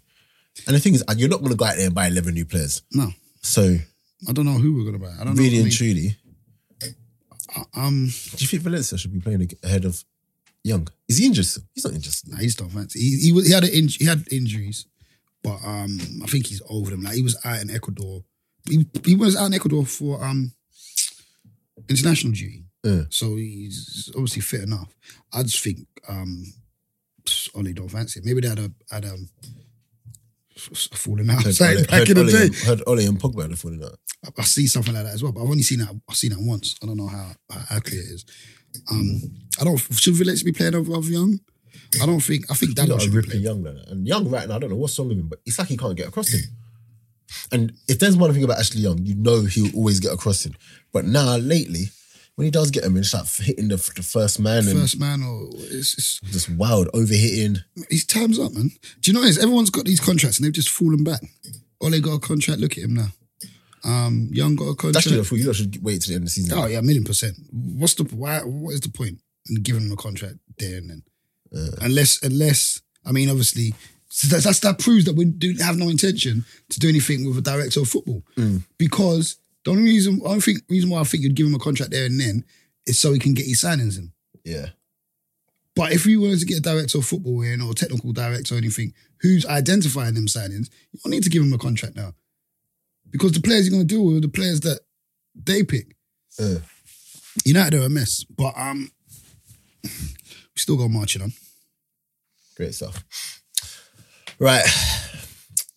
and the thing is, and you're not going to go out there and buy eleven new players. No, So I don't know who we're going to buy. I don't really know. and truly, I mean, I- um, do you think Valencia should be playing ag- ahead of Young? Is he injured? still? He's not injured. still. [laughs] nah, he's not fancy. He, he, was, he, had an inj- he had injuries, but um, I think he's over them. Like he was out in Ecuador. He, he was out in Ecuador for um, international duty. Yeah. So he's obviously fit enough. I just think um, Ollie don't fancy it. Maybe they had a, had um, falling out Heard like, Ole- back heard in the Ole day. and- heard Ole and Pogba are falling out. I- I see something like that as well, but I've only seen that I've seen that once. I don't know how, how accurate it is. Um, I don't should Valencia be playing over over Young? I don't think I think You Daniel know, should be ripping playing. Young like that. And Young right now, I don't know what's wrong with him, but it's like he can't get across him. And if there's one thing about Ashley Young, you know he'll always get across him. But now, lately, when he does get him, it's like hitting the, the first man and First man or it's, it's just wild, overhitting. his time's up, man. Do you know what it is? Everyone's got these contracts and they've just fallen back. Ole got a contract, look at him now. Um Young got a That's contract. true. You lot should wait till the end of the season. Oh yeah, a million percent. What's the why? What is the point in giving him a contract there and then? unless, unless I mean, obviously, so that's, that's that proves that we do have no intention to do anything with a director of football because the only reason, I think, reason why I think you'd give him a contract there and then is so he can get his signings in. yeah. But if you wanted to get a director of football in or technical director or anything who's identifying them signings, you don't need to give him a contract now. Because the players you're going to deal with are the players that they pick. Uh. United are a mess, but um, we still got marching on. Great stuff. Right.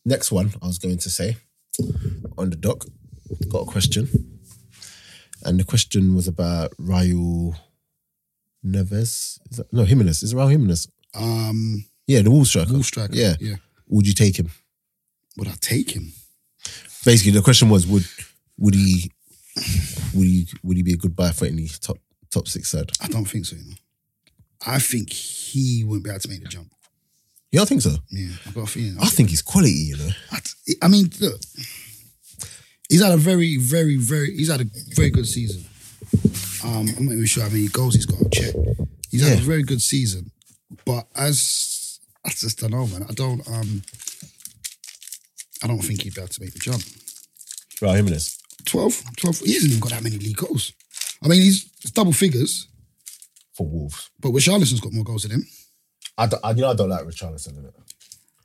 Next one I was going to say on the doc, got a question. And the question was about Raul Neves. Is that, no, Jimenez. Is it Raul Jimenez? Um, Yeah, the wall striker. Wall striker, Yeah. yeah. Would you take him? would I take him? Basically, the question was would would he would he would he be a good buy for any top top six side? I don't think so. You know. I think he wouldn't be able to make the jump. You don't think so? Yeah, I got a feeling. I think he's quality, you know. I, I mean, look, he's had a very, very, very, he's had a very good season. Um, I'm not even sure how many goals he's got. I'll check. He's had a Yeah. very good season, but as I just don't know, man. I don't. Um, I don't think he'd be able to make the jump. Raul Jimenez. 12, 12, He hasn't even got that many league goals. I mean, he's it's double figures, For Wolves. but Richarlison's got more goals than him. I, don't, I you know I don't like Richarlison in it.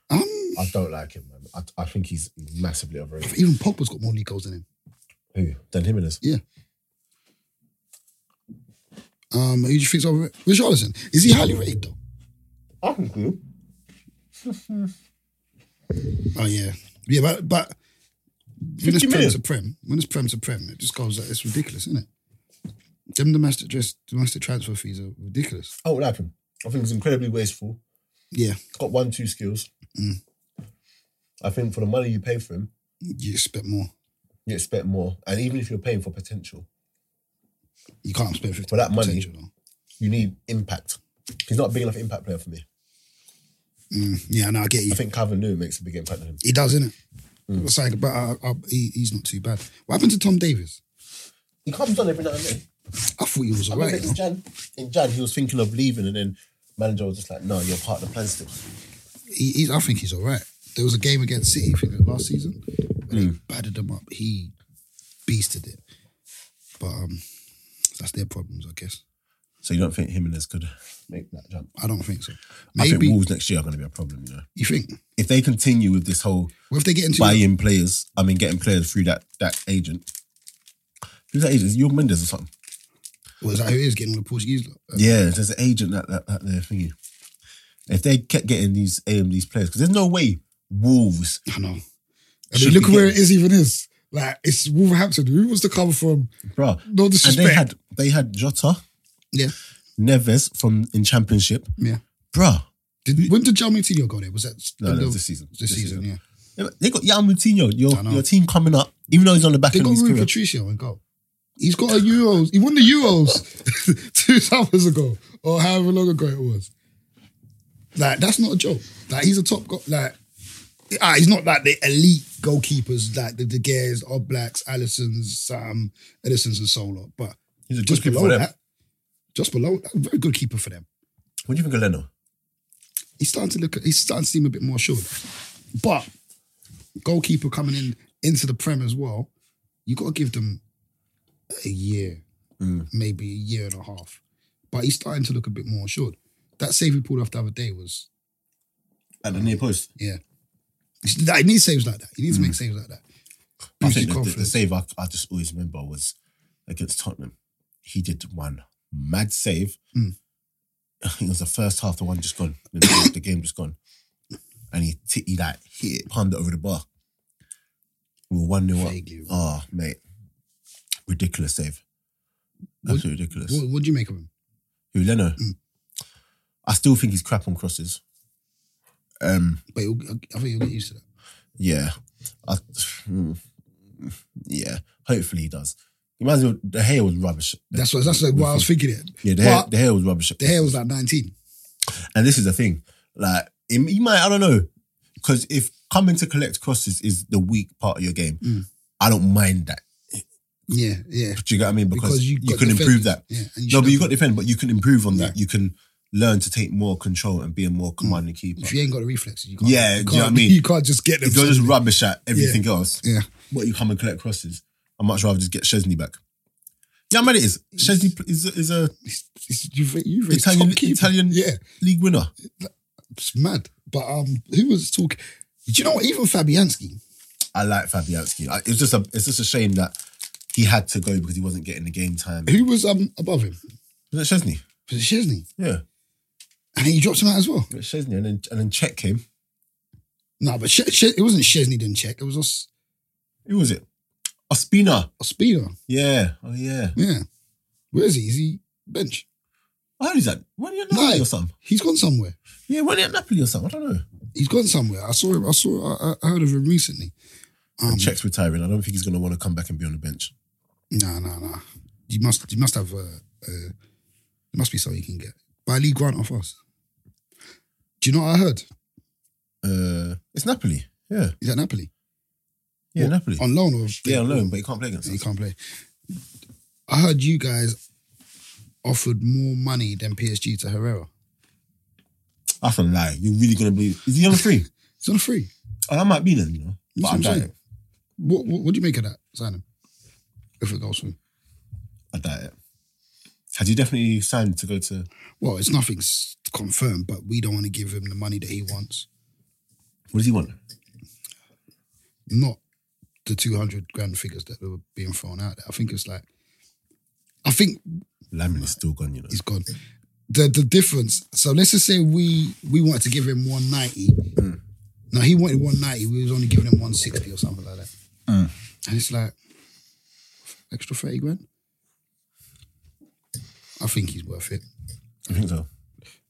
Um, I don't like him, man. I, I think he's massively overrated. even Pogba's got more league goals than him. Who? Then Jimenez. Yeah. Um, who do you think's over it? Richarlison. Is he highly rated though? I think so. Oh yeah, yeah, but but when 50 it's prem million. to prem, when it's prem to prem, it just goes. like, It's ridiculous, isn't it? Them domestic just domestic transfer fees are ridiculous. I would like him. I think he's incredibly wasteful. Yeah, He's got one, two skills. I think for the money you pay for him, you expect more. you expect more. And even if you're paying for potential, You can't spend fifty For that money. potential, though. you need impact. He's not a big enough impact player for me. Mm, yeah, no, I get you. I think Calvin Lewin makes a big impact on him. He does, innit? Mm. It's like, but I, I, he, he's not too bad. What happened to Tom Davis? He comes on every now and then. I thought he was I alright. remember in You know? Jan, in Jan, he was thinking of leaving, and then manager was just like, "No, you're part of the plan still." he, he's, I think he's alright. There was a game against City, I think, it was last season, and Hmm. he battered them up. He beasted it, but um, that's their problems, I guess. So you don't think him and Liz could make that jump? I don't think so. I think Maybe Wolves next year are going to be a problem. You know, you think? if they continue with this whole What if they get into? buying players, I mean, getting players through that that agent. Who's that agent? Is it Yul Mendes or something? Well, is that who it is getting all the Portuguese? lot? Uh, Yeah, there's an agent that that, that they're thingy. If they kept getting these um, these players, because there's no way Wolves. I know. I Should mean, look be where it getting- is. Even is like it's Wolverhampton. Who wants to come from? Bruh. No and Mm. disrespect. they had they had Jota, yeah, Neves from in championship. yeah. Bruh. Did, when did Jao Moutinho go there? Was that No, no, the- this season. This, season, yeah. They got Yao Moutinho, your I know. your team coming up, even though he's on the back They end of got his Rui career. Patricio and go. He's got a Euros. [laughs] He won the Euros two summers ago, or however long ago it was. Like that's not a joke. Like he's a top go- like. ah, he's not like the elite goalkeepers like the De Gea's, Oblaks, Allison's, Sam, Edison's, and so on. But He's a good just keeper below for them. that, just below that, very good keeper for them. What do you think of Leno? He's starting to look. He's starting to seem a bit more assured. But goalkeeper coming in into the prem as well, you got to give them a year, Mm. maybe a year and a half. But he's starting to look a bit more assured. That save he pulled off the other day was At the near post. yeah. He's- He needs saves like that. He needs to make saves like that. Mm. I Boost think his the, the, the confidence. save I, I just always remember was against Tottenham. He did one mad save. Hmm. [laughs] It was the first half, the one just gone. The, the game just gone. And he, t- he like hit it, palmed it over the bar. We were 1 0 up. Vaguely. Oh, mate. Ridiculous save. Absolutely ridiculous. What, Hmm. what do you make of him? Who, Leno? I still think he's crap on crosses. Um, But he'll, I think you'll get used to that. yeah. I, mm, yeah. Hopefully he does. Reminds me of the hair was rubbish. That's what that's like what I was thinking. It. Yeah, the hair, But the hair was rubbish. the hair was like nineteen. And this is the thing. Like, he, he might, I don't know. Because if coming to collect crosses is the weak part of your game, Mm. I don't mind that. Yeah, yeah. Do you get what I mean? Because, Because you, you got can improve defenders. that. Yeah, and you no, should but you have- got to defend, but you can improve on that. You can learn to take more control and be a Mm. more commanding keeper. If you ain't got the reflexes, you can't. Yeah, do you can't, you [laughs] know what I mean? You can't just get them. If you're just rubbish at everything else, yeah. what you come and collect crosses, I'd much rather just get Chesney back. Yeah, man, it is. Chesney pl- is a, is a It's- you've you've raised Italian top keeper. Italian Yeah, league winner. it's mad. But um, who was talking? Do you know what? Even Fabianski, I like Fabianski. I, it's just a it's just a shame that he had to go because he wasn't getting the game time. Who was um, above him? Was it Chesney? Was it Chesney? Yeah, And he dropped him out as well. it was Chesney, and then and then Czech came. No, but she- She- it wasn't Chesney didn't check. It was Os- Who was it? Ospina. Ospina. Yeah. Oh yeah. Yeah. Where is he? Is he bench? Why is that? When he at Napoli No. or something? He's gone somewhere. Yeah, when he at Napoli or something? I don't know. He's gone somewhere. I saw him. I saw. I, I heard of him recently. Um, Czech's retiring. I don't think he's going to want to come back and be on the bench. No, no, no. You must. You must have. Uh, uh, there must be something you can get. Buy Lee Grant off us. Do you know what I heard? Uh, it's Napoli. Yeah. He's at Napoli Yeah, Napoli. on loan. Or yeah, on loan, but he can't play against He us. can't play. I heard you guys offered more money than PSG to Herrera. That's a lie. You're really going to believe. Is he on [laughs] free? He's on a free. oh, that might be then, you know. But You see I what I'm doubt saying? it. What, what, what do you make of that signing? If it goes through, I doubt it. Has he definitely signed to go to. well, it's nothing's confirmed, but we don't want to give him the money that he wants. What does he want? not the 200 grand figures that were being thrown out there. I think it's like, I think Lamin is still gone, you know. he's gone. The the difference. So let's just say we we wanted to give him 190. Now he wanted 190. We was only giving him 160 or something like that. And it's like extra 30 grand. I think he's worth it. I think so.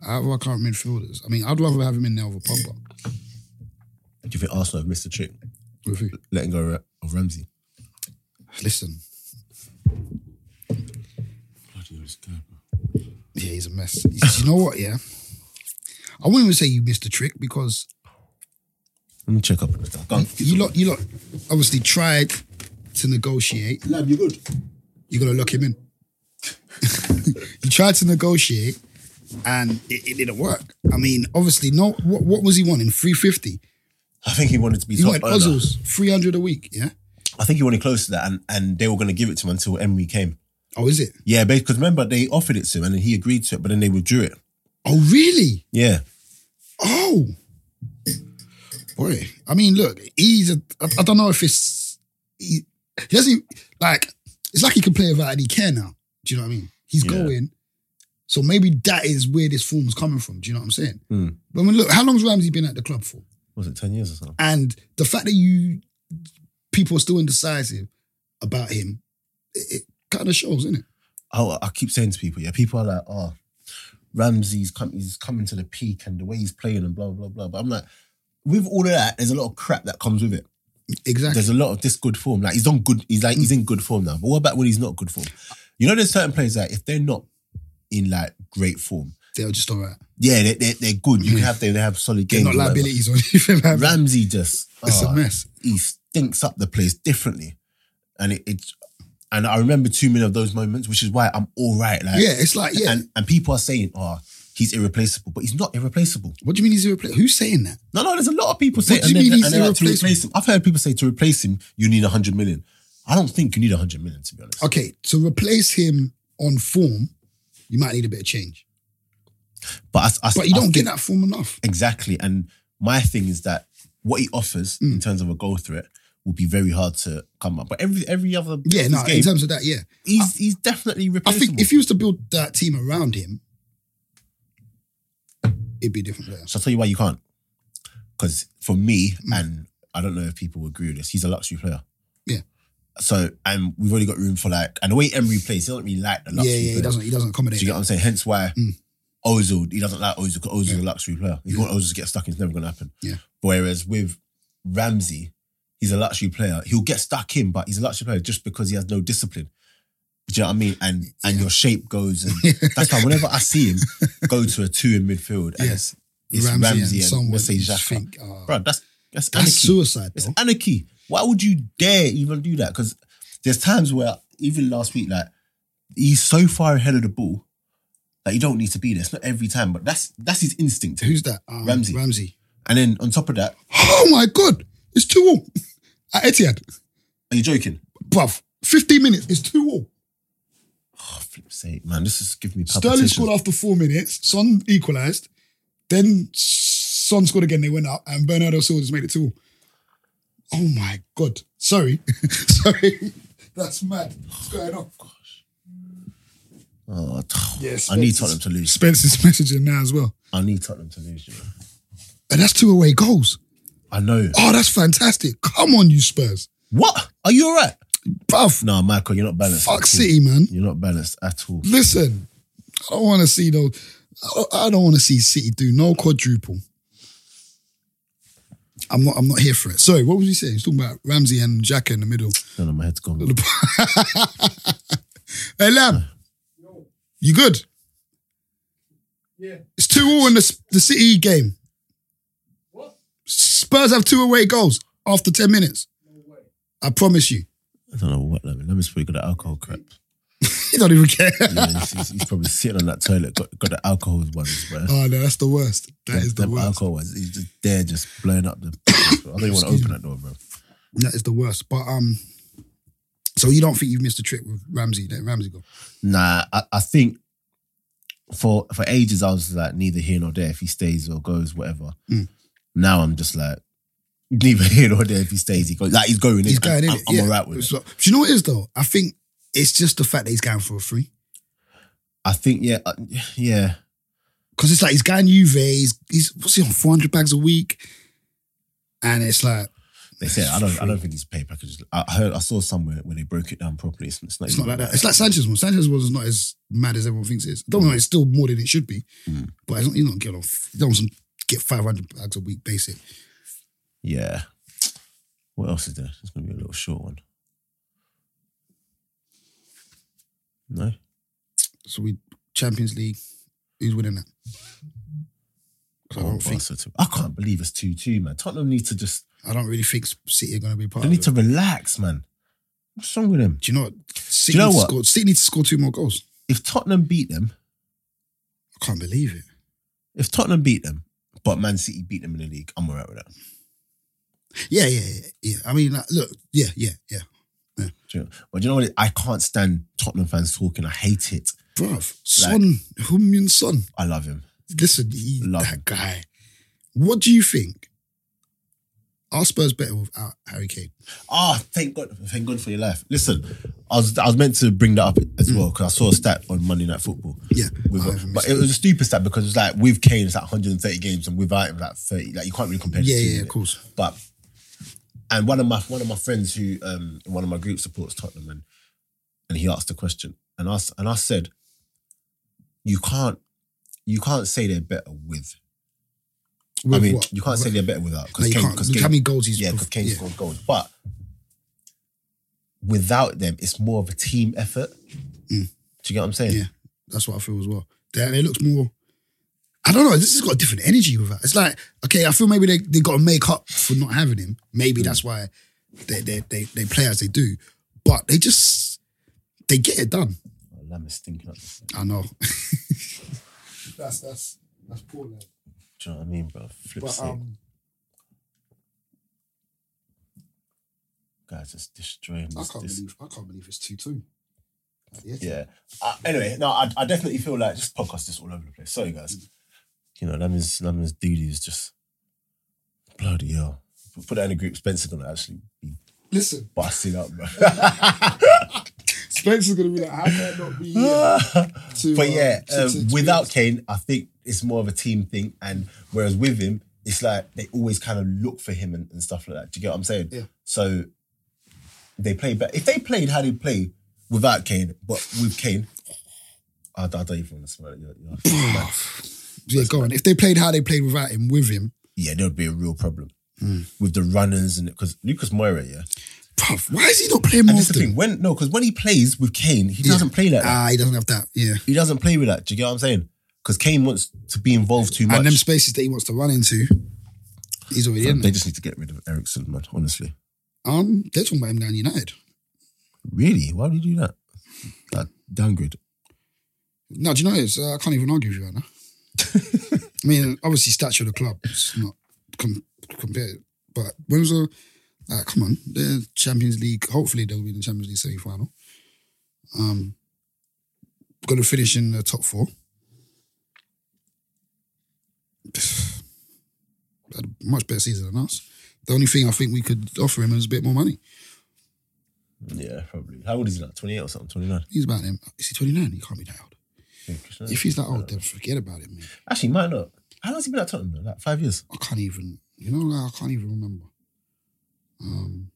I have our current midfielders. I mean, I'd rather have him in there over Pogba. Do you think Arsenal have missed a trick With who? letting go of- of Ramsey? Listen, Yeah, he's a mess. you know what? Yeah, I wouldn't even say you missed a trick because Let me check up on this. Go on. you lot, you lot, obviously tried to negotiate. Lab, you good? You're gonna lock him in. [laughs] you tried to negotiate, and it, it didn't work. I mean, obviously, no. What, what was he wanting? Three fifty. I think he wanted to be He top wanted owner. puzzles. Three hundred a week. Yeah. I think he wanted close to that, and, and they were going to give it to him until Emery came. Oh, is it? Yeah, because remember they offered it to him and then he agreed to it, but then they withdrew it. Oh, really? Yeah, Oh, boy. I mean, look, he's a. I, I don't know if it's he, he doesn't like. It's like he can play without any care now. Do you know what I mean? He's Yeah. going. So maybe that is where this form's coming from. Do you know what I'm saying? Hmm. But I mean, look, how long's Ramsey been at the club for? was it ten years or something? And the fact that you people are still indecisive about him, it, it kind of shows, isn't it? Oh, I keep saying to people, yeah, people are like, oh, Ramsey's com- he's coming to the peak and the way he's playing and blah blah blah. But I'm like, with all of that, there's a lot of crap that comes with it. Exactly. There's a lot of this good form. Like he's on good. He's like he's in good form now. But what about when he's not good form? You know, there's certain players that if they're not in like great form, They're just all right. yeah, they, they, they're good. You can have them. They have solid They're games. not or whatever. liabilities or [laughs] anything. like that. Ramsey just It's oh, a mess. he stinks up the place differently. And it, it and I remember too many of those moments, which is why I'm all right. Like Yeah, it's like, yeah. and, and people are saying, oh, he's irreplaceable, but heys not irreplaceable. What do you mean he's irreplaceable? Who's saying that? No, no, there's a lot of people saying do you and mean then- he's and they're like, to irreplaceable? replace him. I've heard people say to replace him, you need hundred million. I don't think you need hundred million to be honest. Okay, to replace him on form, you might need a bit of change. But I, I, But you I don't get think- that form enough. exactly. And my thing is that what he offers Mm. in terms of a goal threat will be very hard to come up. But every every other Yeah, no, game, in terms of that, yeah. he's he's definitely I replaceable. think if you was to build that team around him, it'd be a different player. So I'll tell you why you can't. Because for me, Hmm. and I don't know if people agree with this, he's a luxury player. Yeah. So, and we've already got room for like, and the way Emery plays, he doesn't really like the Yeah, luxury yeah, he player. doesn't he doesn't Do accommodate you get that. what I'm saying? Hence why Mm. Ozil, he doesn't like Ozil because Ozil's a luxury player. If you want Ozil to get stuck, in, it's never going to happen. Yeah. Whereas with Ramsey, he's a luxury player. He'll get stuck in, but he's a luxury player just because he has no discipline. Do you know what I mean? And and your shape goes, [laughs] and that's why whenever I see him go to a two in midfield, and Yes. it's, it's Ramsey, and, someone let's say you Xhaka. just think, uh, Bro, that's that's, that's anarchy. suicide It's though. anarchy. Why would you dare even do that? Because there's times where even last week, like he's so far ahead of the ball that you don't need to be there. It's not every time, but that's that's his instinct. Who's that? Um, Ramsey. Ramsey. And then on top of that, Oh my god, it's two all [laughs] at Etihad, are you joking? bruv. Fifteen minutes, it's two all. Oh, flip sake, man, this is giving me Sterling palpitations. scored after four minutes. Son equalised. Then Son scored again. They went up, and Bernardo Silva just made it two. Oh my god! [laughs] Sorry, sorry. That's mad. What's going on? Oh, Yeah, I need Spence Tottenham to lose. Spencer's messaging now as well. I need Tottenham to lose. You know. And that's two away goals. I know. Oh, that's fantastic. Come on, you Spurs. What? Are you alright? Bruv, No, Michael, you're not balanced. fuck at all. City, man. You're not balanced at all. Listen, I don't want to see no. I don't- I don't want to see City do no quadruple. I'm not. I'm not here for it. Sorry, what was he saying? He's talking about Ramsey and Xhaka in the middle. No, no, my head's gone. [laughs] Hey, Lam, you good? Yeah. It's two all in the the City game. What? Spurs have two away goals after ten minutes. I promise you. [laughs] I don't know what Lemon. Lemon's probably got the alcohol crap. He don't even care. [laughs] Yeah, he's, he's- he's probably sitting on that toilet, got, got the alcohol ones, bro. Oh no, that's the worst. That Them- is the them worst. alcohol ones. He's just there, just blowing up the. [coughs] I don't even want to open that door, bro. That is the worst. But um, so you don't think you've missed a trick with Ramsey? That Ramsey go. Nah, I, I think for for ages I was like neither here nor there if he stays or goes, whatever. Mm. Now I'm just like neither [laughs] here nor there if he stays. He goes like he's going. He's in. going in. I'm, it. I'm yeah. alright with it. So- do you know what it is though? I think it's just the fact that he's going for a free I think yeah, uh, yeah. because it's like he's going Juve. He's, he's what's he on four hundred bags a week, and it's like They said I don't. I don't think his pay package. I I heard. I saw somewhere when they broke it down properly. It's, it's not. it's not even like that. It's like Sanchez one. Sanchez one is not as mad as everyone thinks it is. I don't know. It's still more than it should be, Mm. but it's not, he's not getting off. He don't get five hundred bags a week basic. Yeah. What else is there? It's gonna be a little short one. No. So we Champions League. Who's winning that? 'Cause I Oh, don't think Barca too. I can't believe it's two two, man. Tottenham need to just I don't really think City are going to be part They of need it. to relax, man. What's wrong with them? Do you know what? City, you know need to what? Score, City need to score two more goals. If Tottenham beat them, I can't believe it. if Tottenham beat them, but Man City beat them in the league, I'm alright with that. Yeah, yeah, yeah. yeah. I mean, like, look, yeah, yeah, yeah. Do you know? But you know what? I can't stand Tottenham fans talking. I hate it. Bruv, Son, Hummin Son. I love him. Listen, he, Love that him. guy. What do you think? Are Spurs better without Harry Kane? Ah, thank God, thank God for your life. Listen, I was I was meant to bring that up as well because I saw a stat on Monday Night Football. Yeah. With- I haven't but missed it was a stupid stat because it's like with Kane it's like 130 games and without him like 30. Like you can't really compare. the Yeah, two, yeah, innit? of course. But and one of my one of my friends who um in one of my groups supports Tottenham and and he asked a question and I s- and I said, you can't you can't say they're better with. I With mean, what? you can't say they're better without No, because you Kane can't. because Look Kane, how many goals he's yeah because Kane yeah. scored goals, but without them it's more of a team effort. Do you get what I'm saying? Mm. Yeah. That's what I feel as well. They, they looks more. I don't know. This has got a different energy with that. It's like okay, I feel maybe they they got to make up for not having him. Maybe Hmm. that's why they they, they they play as they do. But they just they get it done. Oh, Lamb is stinking up. this thing. I know. [laughs] that's that's that's poor. Man. Do you know what I mean, bro? Flip sake. um, guys, it's destroying. This, this I can't believe it's two two. Yeah. Uh, anyway, no, I, I definitely feel like this podcast is all over the place. Sorry, guys. You know, that means that means duty is just bloody hell. If we Put that in a group. Spencer gonna actually be Listen, busting up, bro. [laughs] Spencer's gonna be like, how can I [sighs] not be? here? [laughs] To, but yeah, uh, to- uh, to experience. without Kane, I think it's more of a team thing. And whereas with him, it's like they always kind of look for him and, and stuff like that. Do you get what I'm saying? Yeah. So they play better. If they played how they play without Kane, but with Kane, I, I don't even want to smell it. You're- you're- yeah, go on. If they played how they played without him, with him, yeah, there would be a real problem Hmm. with the runners and because Lucas Moira, yeah. bruv, why is he not playing more And this is the often? thing when no, because when he plays with Kane, he doesn't play like that. Ah, he doesn't have that. Yeah. He doesn't play with that. Do you get what I'm saying? Because Kane wants to be involved too much. And them spaces that he wants to run into, he's already in. they There. just need to get rid of Ericsson, man. Honestly, Um, they're talking about him down United. really, why would you do that? That downgrade. No, do you know it's? Uh, I can't even argue with you right now. I mean, obviously, stature of the club it's not com- compared, but when was the? Uh, come on, the Champions League. Hopefully, they'll be in the Champions League semi-final. Um, going to finish in the top four. [sighs] Had a much better season than us. The only thing I think we could offer him is a bit more money. Yeah, probably. How old is he? Like twenty eight or something? Twenty nine. He's about him. Is he 29? He can't be that old. If he's that old, then forget about it, man. Actually, might not. How long has he been at Tottenham? though? Like five years. I can't even, you know, like, I can't even remember. Um,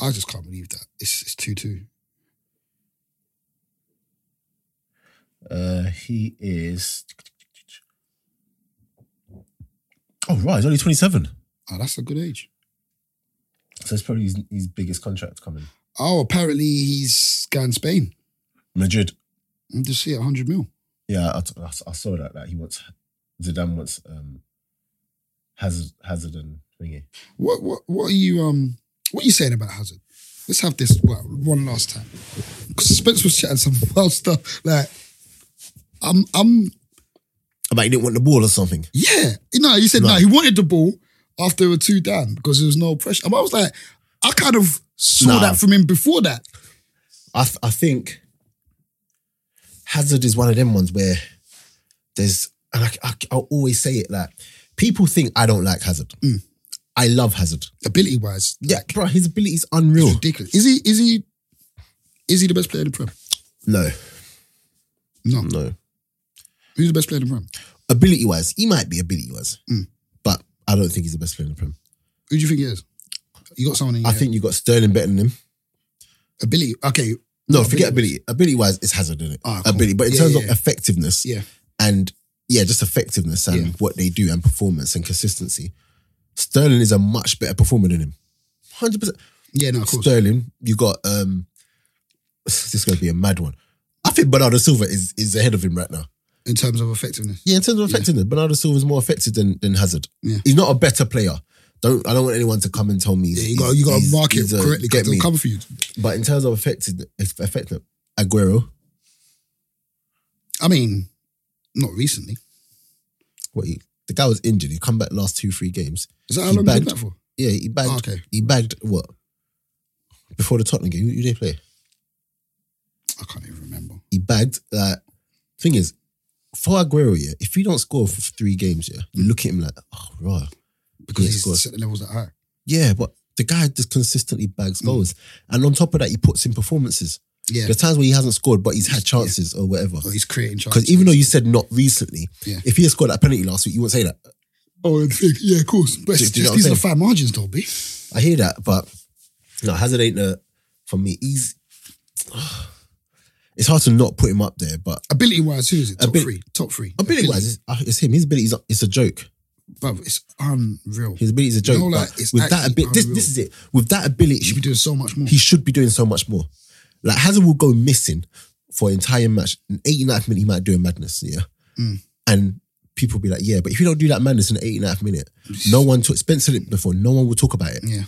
I just can't believe that. It's, it's 2 2. Uh, he is. Oh right, he's only twenty seven. Oh, that's a good age. So it's probably his, his biggest contract coming. Oh, apparently he's going Spain. Madrid. And just see it, 100 mil. Yeah, I, t- I s- I saw that. Like he wants Zidane wants um, Hazard, Hazard and thingy. What what what are you um what are you saying about Hazard? Let's have this well, one last time. 'Cause Spence was chatting some [laughs] wild stuff. Like I'm I'm About he didn't want the ball or something. yeah. No, he said no, he wanted the ball after they were two down because there was no pressure. And I was like, I kind of saw Nah. that from him before that. I th- I think Hazard is one of them ones where there's and I, I I'll always say it like people think I don't like Hazard. I love Hazard. Ability wise. Yeah, Like, bro, his ability is unreal. ridiculous. Is he is he is he the best player in the Prem? No, No. no. Who's the best player in the Prem? Ability wise, he might be ability wise, but I don't think he's the best player in the Prem. Who do you think he is? You got someone in your I head. think you got Sterling better than him. ability. Okay, No, forget ability. Ability wise, it's Hazard, isn't it? Ah, cool. Ability, but in Yeah, terms yeah, of yeah. effectiveness, yeah. and yeah, just effectiveness and Yeah. what they do and performance and consistency. Sterling is a much better performer than him. Hundred percent. Yeah, no, of course. Sterling, you got um. [sighs] This is going to be a mad one. I think Bernardo Silva is is ahead of him right now. in terms of effectiveness. Yeah, in terms of effectiveness, Bernardo Silva is more effective than than Hazard. Yeah. He's not a better player. Don't I don't want anyone to come and tell me. Yeah, he's- you got you got to he's- mark it he's a- correctly Get because me. it'll come for you. But in terms of effective, effective, Aguero, I mean, not recently. what he, the guy was injured. He come back last two three games. Is that how He long you've bagged- been back for? Yeah, he bagged. Oh, okay. He bagged what? Before the Tottenham game, who who they play? I can't even remember. He bagged. Like, thing is, for Aguero, yeah, if you don't score for three games, yeah, you look at him like, oh, right. Because Yeah, he's scored. set the levels that high. Yeah, but the guy just consistently bags goals, and on top of that, he puts in performances. Mm. Yeah. There's times where he hasn't scored, but he's had chances or whatever. Or he's creating chances. Because even though you said not recently, Yeah. if he had scored that penalty last week, you wouldn't say that. Oh, and think, yeah, of course. But Do- it's do you know just, what these I'm are saying? fat margins, though, B. I hear that, but no, Hazard ain't the for me. He's [sighs] it's hard to not put him up there, but Ability wise, who is it? Top Abil- three. Top three. ability wise, it's, uh, it's him. His ability is it's a joke. Bruv, it's unreal. His ability is a joke. No, like, but it's with that actually ability, this, unreal. this is it. With that He should ability, be doing so much more. he should be doing so much more. Like Hazard will go missing for an entire match. In 89th minute, he might do a madness. Yeah, Mm. and people be like, yeah, but if you don't do that madness in the 89th minute, no one took Spencer did it before. No one will talk about it. yeah.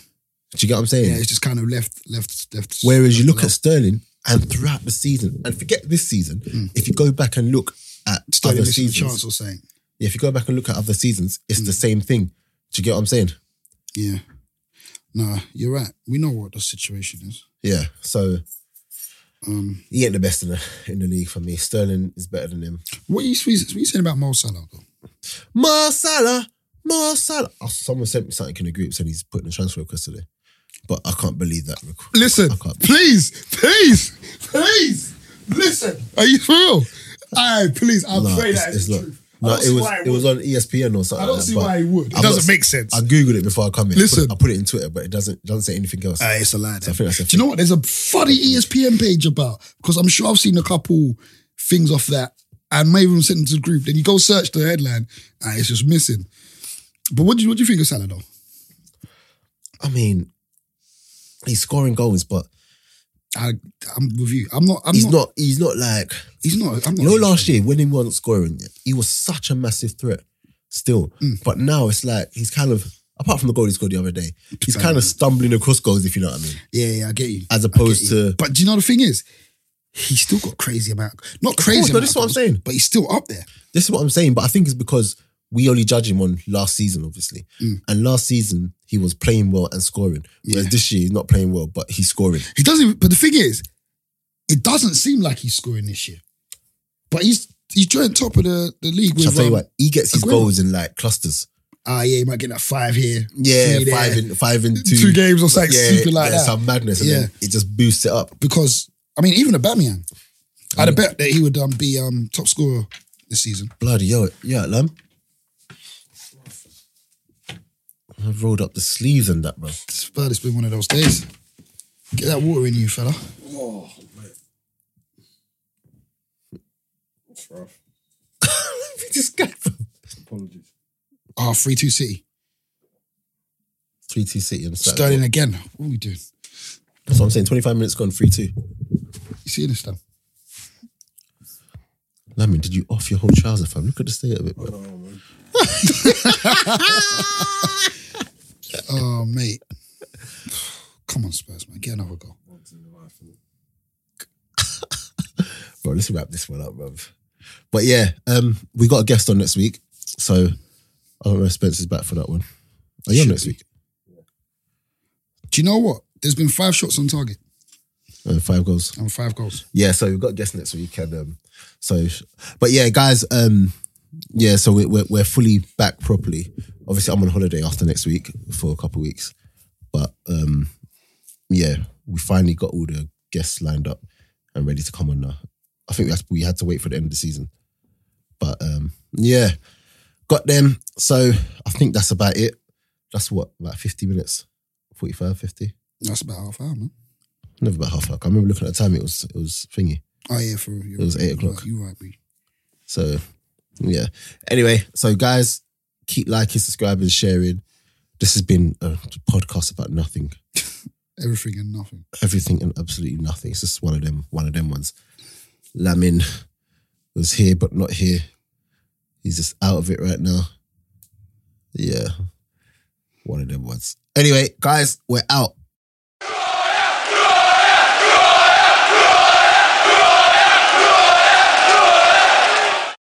Do you get what I'm saying? Yeah, it's just kind of left, left, left. Whereas you look left. at Sterling and throughout the season, and forget this season, if you go back and look at Mm. Sterling other missing a seasons, chance Mm. or something. yeah, if you go back and look at other seasons, it's the same thing. Do you get what I'm saying? Yeah. Nah, you're right. We know what the situation is. Yeah. So Um, he ain't the best in the in the league for me. Sterling is better than him. what are you, what are you saying about Mo Salah, though? Mo Salah, Mo Salah. Oh, someone sent me something in the group saying he's putting a transfer request today, but I can't believe that. requ- Listen, I can't- please, please, please, listen. Are you for real? I please, I No, pray it's, that it's it's the not. truth. I No, don't it see was why it was would. on E ESPN or something. I don't like that, see but why it would. It I've doesn't not- make sense. I googled it before I come here. I put- Listen. I put it in Twitter, but it doesn't it doesn't say anything else. Ah, it's a lie. I Then. think that's a Do you know what? There's a funny E ESPN page about because I'm sure I've seen a couple things off that, and may even sent into the group. Then you go search the headline, and it's just missing. But what do you what do you think of Salah though? I mean, he's scoring goals, but I, I'm with you. I'm not. I'm he's not, not, He's not like He's not. I'm not. you know. Last year, when he wasn't scoring, he was such a massive threat. Still, Mm. but now it's like he's kind of apart from the goal he scored the other day, he's kind of stumbling across goals, if you know what I mean. Yeah, yeah, I get you. As I get opposed you. to- but do you know the thing is, he's still got crazy amount. Not crazy. course, no, amount this is of what I'm goals, saying. But he's still up there. This is what I'm saying, but I think it's because we only judge him on last season, obviously. And last season he was playing well and scoring, whereas Mm. Yeah. this year he's not playing well, but he's scoring. He doesn't. But the thing is, it doesn't seem like he's scoring this year. But he's he's joined top of the, the league Shall I with tell you um, what? He gets his Aguero. goals in like clusters. ah, yeah, you might get that five here. Yeah, three there. five in five in two, Two games or something stupid like that. Some madness, and Yeah. then it just boosts it up. because I mean, even a Bamian, I'd have bet that he would um, be um, top scorer this season. Bloody yo, yeah, lamb. I've rolled up the sleeves and that, bro. Spur, it's been one of those days. Get that water in you, fella. [laughs] this guy from Apologies. Ah, three two City, three two City and Saturday. Sterling again. What are we doing? That's what I'm saying. Twenty five minutes gone, three two. You see this stuff? Lamin, did you off your whole trouser, fam? Look at the state of it, bro. Oh, mate. [sighs] Come on, Spurs, man. Get another goal. Bro, let's wrap this one up, bro. But yeah, um, we got a guest on next week, so I don't know if Spencer's back for that one. Are you on Should next be. week? Do you know what? There's been five shots on target Uh, five goals. and five goals. yeah, so we've got guests next week, and um, so, but yeah, guys, um, yeah, so we're, we're we're fully back properly. Obviously, I'm on holiday after next week for a couple of weeks, but um, yeah, we finally got all the guests lined up and ready to come on now. I think we had, we had to wait for the end of the season, but um, yeah, got them. So I think that's about it. That's what about 50 minutes, 45, 50. That's about half hour, man. Never about half hour. I remember looking at the time; it was it was thingy. Oh yeah, for real. You're It was right. eight You're o'clock. right. You right, B. So, yeah. Anyway, so guys, keep liking, subscribing, sharing. This has been a podcast about nothing, Everything and nothing. everything, and absolutely nothing. It's just one of them, one of them ones. Lamin was here but not here. He's just out of it right now. Yeah, one of them ones. Anyway, guys, we're out.